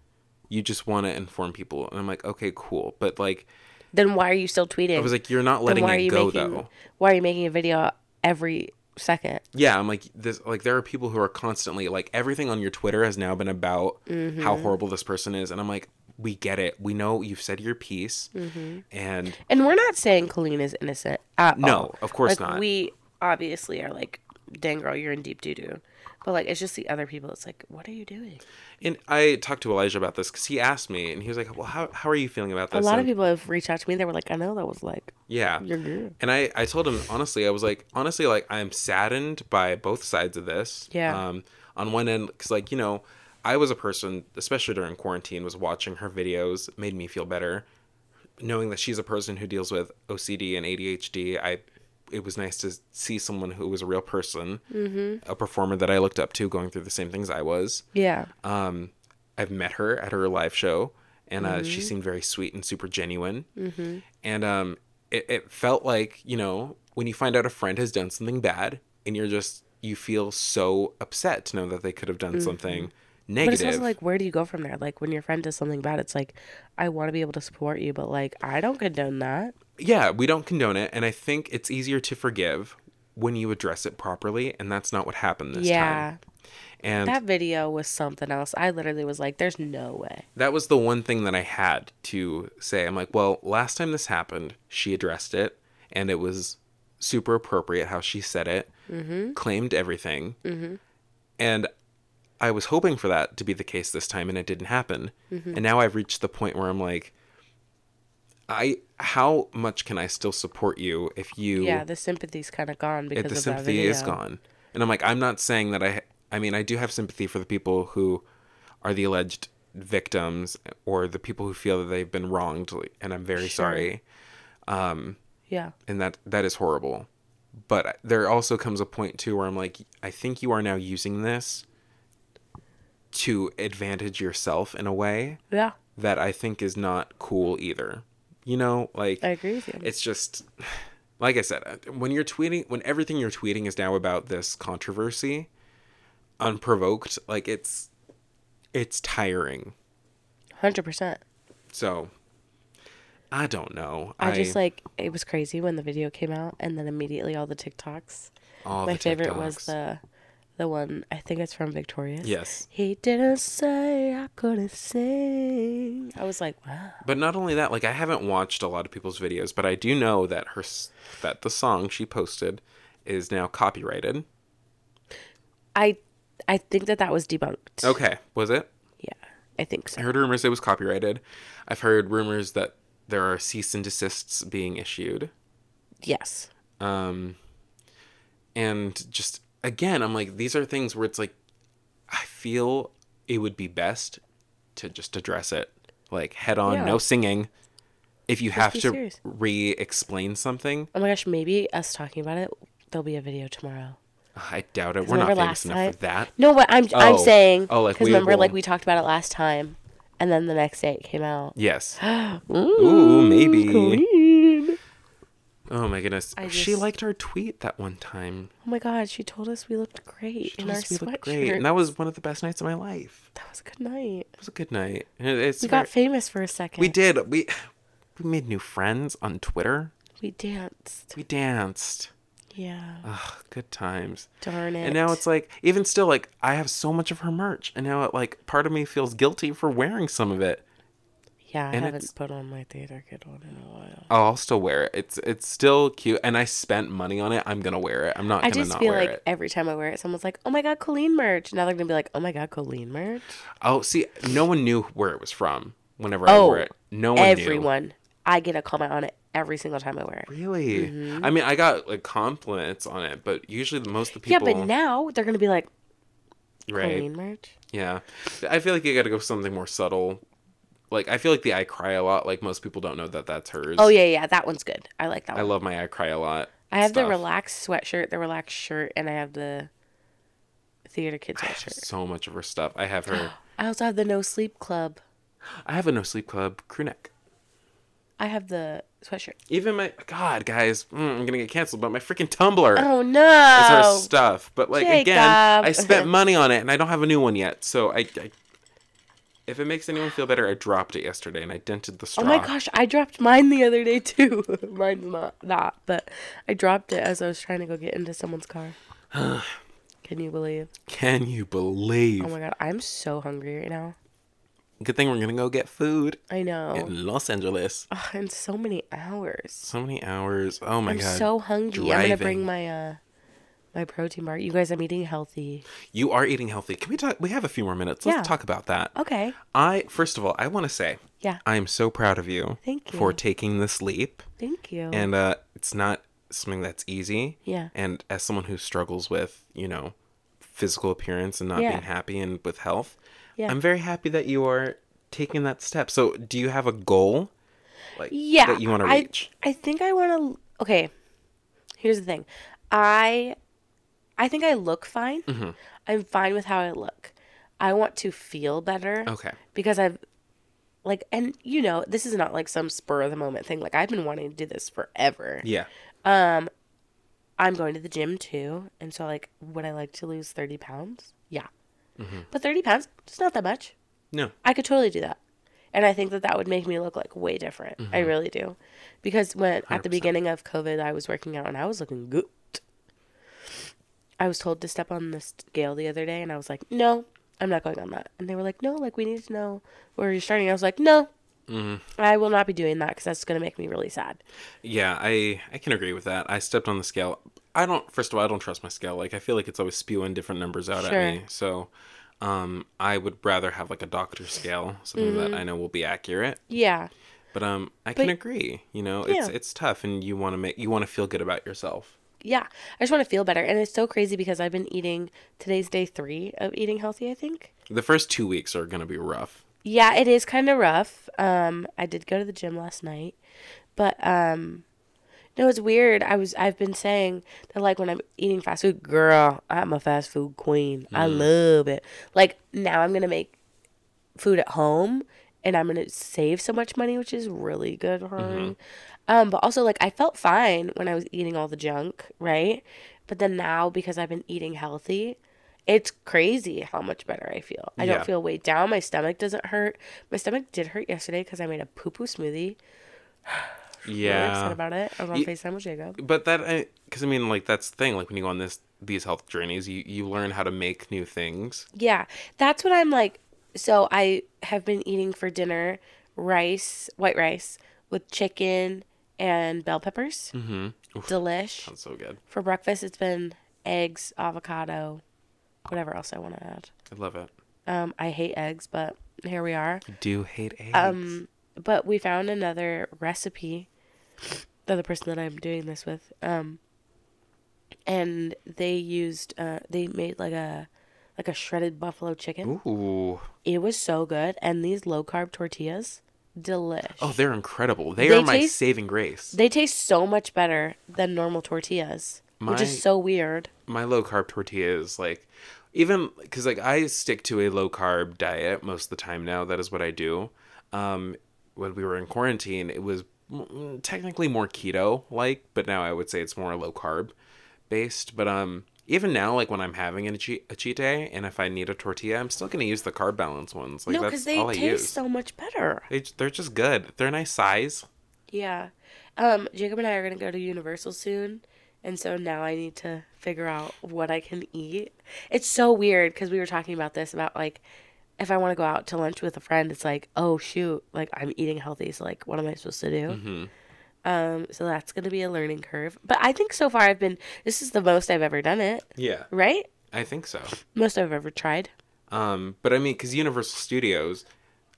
[SPEAKER 2] You just want to inform people. And I'm like, okay, cool. But like
[SPEAKER 1] then why are you still tweeting
[SPEAKER 2] I was like you're not
[SPEAKER 1] then
[SPEAKER 2] letting
[SPEAKER 1] why are
[SPEAKER 2] it
[SPEAKER 1] you
[SPEAKER 2] go
[SPEAKER 1] making
[SPEAKER 2] though.
[SPEAKER 1] why are you making a video every second
[SPEAKER 2] Yeah, I'm like this like there are people who are constantly like everything on your Twitter has now been about
[SPEAKER 1] Mm-hmm.
[SPEAKER 2] how horrible this person is and I'm like we get it. We know you've said your piece.
[SPEAKER 1] Mm-hmm.
[SPEAKER 2] And
[SPEAKER 1] And we're not saying Colleen is innocent at
[SPEAKER 2] No,
[SPEAKER 1] all.
[SPEAKER 2] of
[SPEAKER 1] Like,
[SPEAKER 2] course not.
[SPEAKER 1] We obviously are like, dang girl, you're in deep doo doo. But like, it's just the other people. It's like, what are you doing?
[SPEAKER 2] and I talked to Elijah about this cuz he asked me and he was like, "Well, how how are you feeling about
[SPEAKER 1] A
[SPEAKER 2] this?"
[SPEAKER 1] lot
[SPEAKER 2] And-
[SPEAKER 1] of people have reached out to me. They were like, I know that was like,
[SPEAKER 2] Yeah.
[SPEAKER 1] You're good.
[SPEAKER 2] And I, I told him honestly, I was like, honestly, like I'm saddened by both sides of this.
[SPEAKER 1] Yeah.
[SPEAKER 2] Um, on one end, because like you know, I was a person, especially during quarantine, was watching her videos, made me feel better. Knowing that she's a person who deals with OCD and ADHD, I it was nice to see someone who was a real person,
[SPEAKER 1] Mm-hmm.
[SPEAKER 2] a performer that I looked up to, going through the same things I was.
[SPEAKER 1] Yeah.
[SPEAKER 2] Um, I've met her at her live show, and uh,
[SPEAKER 1] Mm-hmm.
[SPEAKER 2] she seemed very sweet and super genuine. Mm-hmm. And um, it, it felt like you know when you find out a friend has done something bad, and you're just you feel so upset to know that they could have done something
[SPEAKER 1] Mm-hmm. But it's
[SPEAKER 2] negative.
[SPEAKER 1] also like, where do you go from there? Like, when your friend does something bad, it's like, I want to be able to support you, but like, I don't condone that.
[SPEAKER 2] yeah, we don't condone it, and I think it's easier to forgive when you address it properly, and that's not what happened this
[SPEAKER 1] Yeah.
[SPEAKER 2] time. And
[SPEAKER 1] That video was something else. I literally was like, there's no way.
[SPEAKER 2] that was the one thing that I had to say. I'm like, well, last time this happened, she addressed it, and it was super appropriate how she said it, claimed everything, and I was hoping for that to be the case this time, and it didn't happen. And now I've reached the point where I'm like, I how much can I still support you if you
[SPEAKER 1] Yeah, the sympathy's kind of gone because
[SPEAKER 2] the
[SPEAKER 1] of
[SPEAKER 2] sympathy
[SPEAKER 1] that video.
[SPEAKER 2] is gone. And I'm like, I'm not saying that I. I mean, I do have sympathy for the people who are the alleged victims or the people who feel that they've been wronged, and I'm very sorry.
[SPEAKER 1] Yeah.
[SPEAKER 2] And that that is horrible. But there also comes a point too where I'm like, I think you are now using this to advantage yourself in a way
[SPEAKER 1] Yeah.
[SPEAKER 2] that I think is not cool either. You know, like
[SPEAKER 1] I agree with you.
[SPEAKER 2] it's just like I said, uh, when you're tweeting, when everything you're tweeting is now about this controversy, unprovoked, like it's it's tiring.
[SPEAKER 1] 100%.
[SPEAKER 2] So I don't know.
[SPEAKER 1] I, just like, it was crazy when the video came out and then immediately all the TikToks.
[SPEAKER 2] all
[SPEAKER 1] My
[SPEAKER 2] the
[SPEAKER 1] favorite was
[SPEAKER 2] TikToks.
[SPEAKER 1] the the one, I think it's from Victorious.
[SPEAKER 2] yes,
[SPEAKER 1] He didn't say I couldn't sing. I was like, wow.
[SPEAKER 2] but not only that. Like I haven't watched a lot of people's videos, but I do know that her s- that the song she posted is now copyrighted.
[SPEAKER 1] I I think that that was debunked.
[SPEAKER 2] Okay, was it?
[SPEAKER 1] Yeah, I think
[SPEAKER 2] I
[SPEAKER 1] so.
[SPEAKER 2] heard rumors it was copyrighted. I've heard rumors that there are cease and desists being issued.
[SPEAKER 1] Yes.
[SPEAKER 2] Um, and just again, I'm like, these are things where it's like, I feel it would be best to just address it like head on,
[SPEAKER 1] Yeah.
[SPEAKER 2] no singing. If you have
[SPEAKER 1] be
[SPEAKER 2] to
[SPEAKER 1] serious.
[SPEAKER 2] re explain something,
[SPEAKER 1] Oh my gosh, maybe us talking about it, there'll be a video tomorrow.
[SPEAKER 2] I doubt it. We're not
[SPEAKER 1] Remember last
[SPEAKER 2] famous enough
[SPEAKER 1] time?
[SPEAKER 2] for that.
[SPEAKER 1] No, but I'm I'm
[SPEAKER 2] Oh.
[SPEAKER 1] saying
[SPEAKER 2] Oh, like
[SPEAKER 1] because
[SPEAKER 2] we
[SPEAKER 1] remember,
[SPEAKER 2] will-
[SPEAKER 1] like we talked about it last time, and then the next day it came out.
[SPEAKER 2] Yes. Ooh, maybe. Oh my goodness.
[SPEAKER 1] I
[SPEAKER 2] She
[SPEAKER 1] just-
[SPEAKER 2] liked our tweet that one time.
[SPEAKER 1] Oh my god, she told us we looked great in our
[SPEAKER 2] Yes, we
[SPEAKER 1] sweatshirt.
[SPEAKER 2] looked great. And that was one of the best nights of my life.
[SPEAKER 1] That was a good night.
[SPEAKER 2] It was a good night. And it- It's
[SPEAKER 1] We
[SPEAKER 2] very-
[SPEAKER 1] got famous for a second.
[SPEAKER 2] we did. We we made new friends on Twitter.
[SPEAKER 1] We danced.
[SPEAKER 2] We danced.
[SPEAKER 1] Yeah.
[SPEAKER 2] Ugh, good times.
[SPEAKER 1] Darn it.
[SPEAKER 2] And now it's like even still like I have so much of her merch and now it like part of me feels guilty for wearing some of it.
[SPEAKER 1] yeah. I
[SPEAKER 2] and
[SPEAKER 1] haven't
[SPEAKER 2] it's-
[SPEAKER 1] put on my theater kid one in a while.
[SPEAKER 2] Oh, I'll still wear it. It's it's still cute and I spent money on it. I'm gonna wear it. I'm not
[SPEAKER 1] I
[SPEAKER 2] gonna
[SPEAKER 1] just
[SPEAKER 2] not
[SPEAKER 1] feel
[SPEAKER 2] wear
[SPEAKER 1] like
[SPEAKER 2] it.
[SPEAKER 1] every time I wear it, someone's like, "Oh my god, Colleen merch." Now they're gonna be like, "Oh my god, Colleen merch."
[SPEAKER 2] Oh, see, no one knew where it was from whenever I wore
[SPEAKER 1] Oh,
[SPEAKER 2] it. No one knew.
[SPEAKER 1] Everyone, I get a comment on it every single time I wear it.
[SPEAKER 2] Really?
[SPEAKER 1] Mm-hmm.
[SPEAKER 2] I mean, I got like compliments on it, but usually the most of the
[SPEAKER 1] Yeah,
[SPEAKER 2] people
[SPEAKER 1] but now they're gonna be like,
[SPEAKER 2] right?
[SPEAKER 1] "Colleen merch."
[SPEAKER 2] Yeah. I feel like you got to go with something more subtle. Like I feel like the I cry a lot, like most people don't know that that's hers.
[SPEAKER 1] Oh yeah, yeah, that one's good. I like that
[SPEAKER 2] I
[SPEAKER 1] one.
[SPEAKER 2] love my I cry a lot.
[SPEAKER 1] I have the
[SPEAKER 2] stuff.
[SPEAKER 1] relaxed sweatshirt, the relaxed shirt, and I have the theater kid sweatshirt.
[SPEAKER 2] so much of her stuff. I have her
[SPEAKER 1] I also have the no sleep club.
[SPEAKER 2] I have a no sleep club crew neck.
[SPEAKER 1] I have the sweatshirt.
[SPEAKER 2] Even my God, guys, mm, I'm gonna get canceled, but my freaking Tumblr
[SPEAKER 1] Oh
[SPEAKER 2] is her
[SPEAKER 1] no!
[SPEAKER 2] stuff. But like again,
[SPEAKER 1] Jacob.
[SPEAKER 2] I spent money on it and I don't have a new one yet. So I, I if it makes anyone feel better, I dropped it yesterday and I dented the straw.
[SPEAKER 1] Oh my gosh, I dropped mine the other day too. Mine's not not, but I dropped it as I was trying to go get into someone's car. Can you believe?
[SPEAKER 2] Can you believe?
[SPEAKER 1] Oh my god, I'm so hungry right now.
[SPEAKER 2] Good thing we're gonna go get food
[SPEAKER 1] I know.
[SPEAKER 2] in Los Angeles.
[SPEAKER 1] Ugh, in so many hours.
[SPEAKER 2] So many hours. Oh my
[SPEAKER 1] I'm
[SPEAKER 2] god.
[SPEAKER 1] so hungry. I'm gonna
[SPEAKER 2] Driving.
[SPEAKER 1] bring my uh my protein bar. You guys, I'm eating healthy.
[SPEAKER 2] You are eating healthy. Can we talk? We have a few more minutes. Let's
[SPEAKER 1] Yeah.
[SPEAKER 2] talk about that.
[SPEAKER 1] Okay.
[SPEAKER 2] I first of all, I want to say,
[SPEAKER 1] Yeah.
[SPEAKER 2] I am so proud of you.
[SPEAKER 1] Thank you.
[SPEAKER 2] for taking this leap.
[SPEAKER 1] Thank you.
[SPEAKER 2] And uh, it's not something that's easy.
[SPEAKER 1] Yeah.
[SPEAKER 2] And as someone who struggles with you know physical appearance and not
[SPEAKER 1] Yeah.
[SPEAKER 2] being happy and with health,
[SPEAKER 1] Yeah.
[SPEAKER 2] I'm very happy that you are taking that step. So, do you have a goal? Like
[SPEAKER 1] yeah
[SPEAKER 2] that you want to
[SPEAKER 1] I-
[SPEAKER 2] reach?
[SPEAKER 1] I, think i want to okay here's the thing i i think i look fine i'm fine with how i look i want to feel better
[SPEAKER 2] okay.
[SPEAKER 1] because i've like and you know this is not like some spur of the moment thing like i've been wanting to do this forever
[SPEAKER 2] Yeah.
[SPEAKER 1] i'm going to the gym too and so like would i like to lose 30 pounds yeah but 30 pounds it's not that much
[SPEAKER 2] No.
[SPEAKER 1] I could totally do that. And I think that that would make me look like way different. I really do. Because when at the
[SPEAKER 2] 100%.
[SPEAKER 1] beginning of COVID, I was working out and I was looking good. I was told to step on the scale the other day and I was like, no, I'm not going on that. And they were like, no, like we need to know where you're starting. I was like, no, I will not be doing that because that's going to make me really sad.
[SPEAKER 2] Yeah, I I can agree with that. I stepped on the scale. I don't. First of all, I don't trust my scale. Like I feel like it's always spewing different numbers out
[SPEAKER 1] Sure.
[SPEAKER 2] at me. So, um, I would rather have like a doctor scale, something
[SPEAKER 1] Mm-hmm.
[SPEAKER 2] that I know will be accurate.
[SPEAKER 1] Yeah.
[SPEAKER 2] But um, I can agree. You know,
[SPEAKER 1] Yeah.
[SPEAKER 2] it's it's tough, and you want to make you want to feel good about yourself.
[SPEAKER 1] Yeah. I just want to feel better. And it's so crazy because I've been eating, today's day three of eating healthy, I think.
[SPEAKER 2] The first two weeks are gonna be rough.
[SPEAKER 1] Yeah, it is kind of rough. Um, I did go to the gym last night, but um, no, it's weird. I was I've been saying that like when I'm eating fast food, girl, I'm a fast food queen. I love it. Like now I'm gonna make food at home, and I'm gonna save so much money, which is really good for me. Um, but also like I felt fine when I was eating all the junk, right? But then now because I've been eating healthy, it's crazy how much better I feel. I
[SPEAKER 2] Yeah.
[SPEAKER 1] don't feel weighed down. My stomach doesn't hurt. My stomach did hurt yesterday because I made a poo poo smoothie. Really upset
[SPEAKER 2] Yeah.
[SPEAKER 1] about it. I was on
[SPEAKER 2] Ye-
[SPEAKER 1] Facetime with Jacob.
[SPEAKER 2] but that because I mean, like that's the thing. Like when you go on this these health journeys, you you learn how to make new things.
[SPEAKER 1] Yeah, that's what I'm like. So I have been eating for dinner rice, white rice with chicken and bell peppers. Mm-hmm. Delish.
[SPEAKER 2] That's so good.
[SPEAKER 1] For breakfast, it's been eggs, avocado, whatever else I want to add.
[SPEAKER 2] I love it.
[SPEAKER 1] Um, I hate eggs, but here we are.
[SPEAKER 2] Do hate eggs.
[SPEAKER 1] Um, but we found another recipe. The other person that I'm doing this with, um, and they used uh, they made like a like a shredded buffalo chicken.
[SPEAKER 2] Ooh.
[SPEAKER 1] It was so good, and these low carb tortillas, delish.
[SPEAKER 2] Oh, they're incredible. They,
[SPEAKER 1] They
[SPEAKER 2] are my
[SPEAKER 1] taste-
[SPEAKER 2] saving grace.
[SPEAKER 1] They taste so much better than normal tortillas, which
[SPEAKER 2] My-
[SPEAKER 1] is so weird.
[SPEAKER 2] my low carb tortilla is like even because like I stick to a low carb diet most of the time now. That is what I do. Um, when we were in quarantine, it was mm, technically more keto like, but now I would say it's more low carb based. But um, even now, like when I'm having a cheat a cheat day, and if I need a tortilla, I'm still gonna use the carb balance ones. Like
[SPEAKER 1] No,
[SPEAKER 2] that's
[SPEAKER 1] because they
[SPEAKER 2] all I
[SPEAKER 1] taste
[SPEAKER 2] use.
[SPEAKER 1] so much better.
[SPEAKER 2] they, they're just good. They're a nice size.
[SPEAKER 1] Yeah. Um, Jacob and I are gonna go to Universal soon, and so now I need to figure out what I can eat. It's so weird because we were talking about this about like if I want to go out to lunch with a friend, it's like, oh shoot, like I'm eating healthy, so like what am I supposed to do? Um, so that's gonna be a learning curve. But I think so far I've been this is the most I've ever done it,
[SPEAKER 2] Yeah,
[SPEAKER 1] right?
[SPEAKER 2] I think so.
[SPEAKER 1] Most I've ever tried.
[SPEAKER 2] Um, but I mean, because Universal Studios,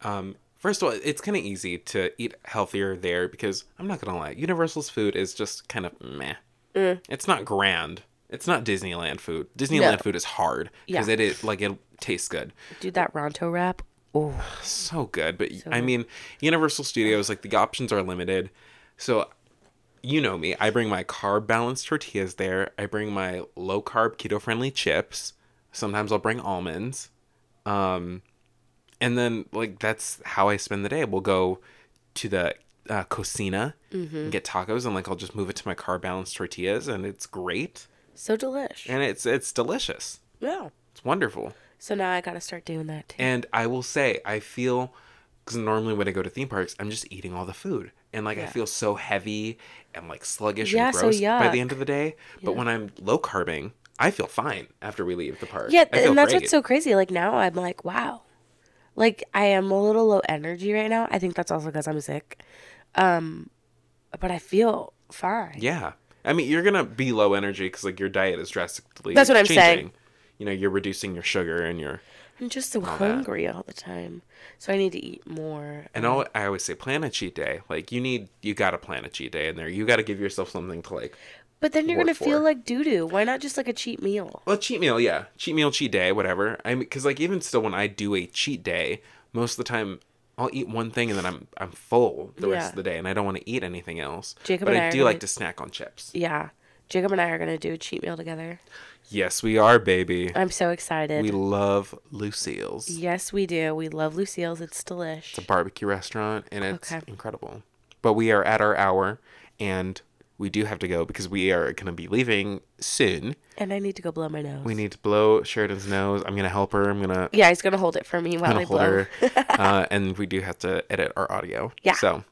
[SPEAKER 2] um, first of all, it's kind of easy to eat healthier there because I'm not gonna lie, Universal's food is just kind of meh. It's not grand. It's not Disneyland food. Disneyland food is hard because
[SPEAKER 1] Yeah.
[SPEAKER 2] it is like it tastes good,
[SPEAKER 1] Dude, that Ronto wrap. Oh,
[SPEAKER 2] so good. But I mean, Universal Studios, like the options are limited. So, you know me. I bring my carb balanced tortillas there. I bring my low carb keto friendly chips. Sometimes I'll bring almonds. Um, and then like that's how I spend the day. We'll go to the uh, cocina and get tacos, and like I'll just move it to my carb balanced tortillas, and it's great,
[SPEAKER 1] so delish.
[SPEAKER 2] and it's it's delicious.
[SPEAKER 1] Yeah.
[SPEAKER 2] It's wonderful.
[SPEAKER 1] So now I gotta start doing that too.
[SPEAKER 2] And I will say, I feel because normally when I go to theme parks, I'm just eating all the food, and like I feel so heavy and like sluggish
[SPEAKER 1] Yeah,
[SPEAKER 2] and
[SPEAKER 1] so
[SPEAKER 2] gross by
[SPEAKER 1] yuck.
[SPEAKER 2] the end of the day. But when I'm low carbing, I feel fine after we leave the park.
[SPEAKER 1] Yeah,
[SPEAKER 2] I
[SPEAKER 1] th-
[SPEAKER 2] feel
[SPEAKER 1] and that's
[SPEAKER 2] great.
[SPEAKER 1] what's so crazy. Like now I'm like, wow. Like I am a little low energy right now. I think that's also because I'm sick. Um but I feel fine.
[SPEAKER 2] Yeah. I mean, you're going to be low energy because, like, your diet is drastically
[SPEAKER 1] That's what I'm saying.
[SPEAKER 2] You know, you're reducing your sugar and your
[SPEAKER 1] I'm just so hungry all the time. So I need to eat more.
[SPEAKER 2] And all, I always say, plan a cheat day. Like you need, you got to plan a cheat day in there. You got to give yourself something to like.
[SPEAKER 1] But then you're
[SPEAKER 2] work
[SPEAKER 1] going to feel
[SPEAKER 2] for.
[SPEAKER 1] like doo doo. Why not just like a cheat meal?
[SPEAKER 2] Well, cheat meal, yeah, cheat meal, cheat day, whatever. I mean, because like even still, when I do a cheat day, most of the time I'll eat one thing and then I'm I'm full the
[SPEAKER 1] Yeah.
[SPEAKER 2] rest of the day, and I don't want to eat anything else.
[SPEAKER 1] Jacob
[SPEAKER 2] but
[SPEAKER 1] and
[SPEAKER 2] I,
[SPEAKER 1] I are
[SPEAKER 2] do
[SPEAKER 1] gonna-
[SPEAKER 2] like to snack on chips.
[SPEAKER 1] Yeah. Jacob and I are going to do a cheat meal together.
[SPEAKER 2] Yes, we are, baby.
[SPEAKER 1] I'm so excited.
[SPEAKER 2] We love Lucille's.
[SPEAKER 1] yes, we do. We love Lucille's. It's delish.
[SPEAKER 2] barbecue restaurant and it's
[SPEAKER 1] Okay.
[SPEAKER 2] incredible. But we are at our hour and we do have to go because we are going to be leaving soon.
[SPEAKER 1] And I need to go blow my nose.
[SPEAKER 2] We need to blow Sheridan's nose. I'm going to help her. I'm going to
[SPEAKER 1] yeah, he's going to hold it for me while I
[SPEAKER 2] hold
[SPEAKER 1] blow.
[SPEAKER 2] her. uh, and we do have to edit our audio.
[SPEAKER 1] Yeah.
[SPEAKER 2] So,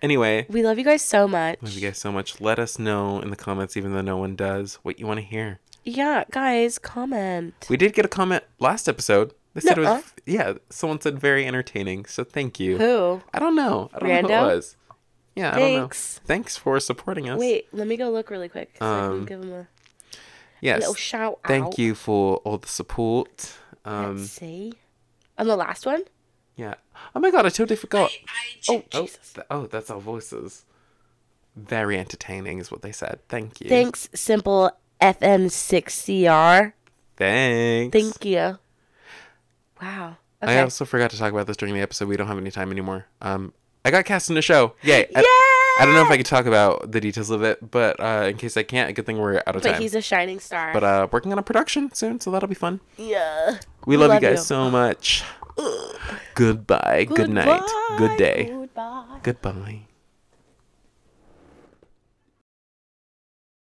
[SPEAKER 2] anyway,
[SPEAKER 1] We love you guys so much.
[SPEAKER 2] thank you guys so much. Let us know in the comments, even though no one does, what you want to hear.
[SPEAKER 1] Yeah, guys, comment.
[SPEAKER 2] We did get a comment last episode. They said it
[SPEAKER 1] Nuh-uh.
[SPEAKER 2] was, yeah, someone said very entertaining. So, thank you.
[SPEAKER 1] Who?
[SPEAKER 2] I don't know. I don't know
[SPEAKER 1] Rando?
[SPEAKER 2] who it was. Yeah, I don't know.
[SPEAKER 1] Thanks.
[SPEAKER 2] Thanks for supporting us.
[SPEAKER 1] Wait, let me go look really quick. So I
[SPEAKER 2] Um,
[SPEAKER 1] can give him a
[SPEAKER 2] yes.
[SPEAKER 1] little shout
[SPEAKER 2] Thank
[SPEAKER 1] out.
[SPEAKER 2] you for all the support. Um,
[SPEAKER 1] Let's see. On the last one?
[SPEAKER 2] yeah. Oh my god, I totally forgot.
[SPEAKER 1] Oh,
[SPEAKER 2] Oh,
[SPEAKER 1] Jesus.
[SPEAKER 2] th- oh, that's our voices. Very entertaining is what they said. Thank you.
[SPEAKER 1] Thanks, Simple FM6CR.
[SPEAKER 2] Thanks.
[SPEAKER 1] Thank you. Wow. Okay.
[SPEAKER 2] I also forgot to talk about this during the episode. We don't have any time anymore. Um, I got cast in a show. Yay.
[SPEAKER 1] yeah.
[SPEAKER 2] I, I don't know if I could talk about the details of it, but uh, in case I can't, good thing we're out of
[SPEAKER 1] But
[SPEAKER 2] time.
[SPEAKER 1] he's a shining star.
[SPEAKER 2] but uh, working on a production soon, so that'll be fun.
[SPEAKER 1] yeah.
[SPEAKER 2] We, love, you guys so much. Goodbye. Good night. Good day.
[SPEAKER 1] Goodbye.
[SPEAKER 2] Goodbye.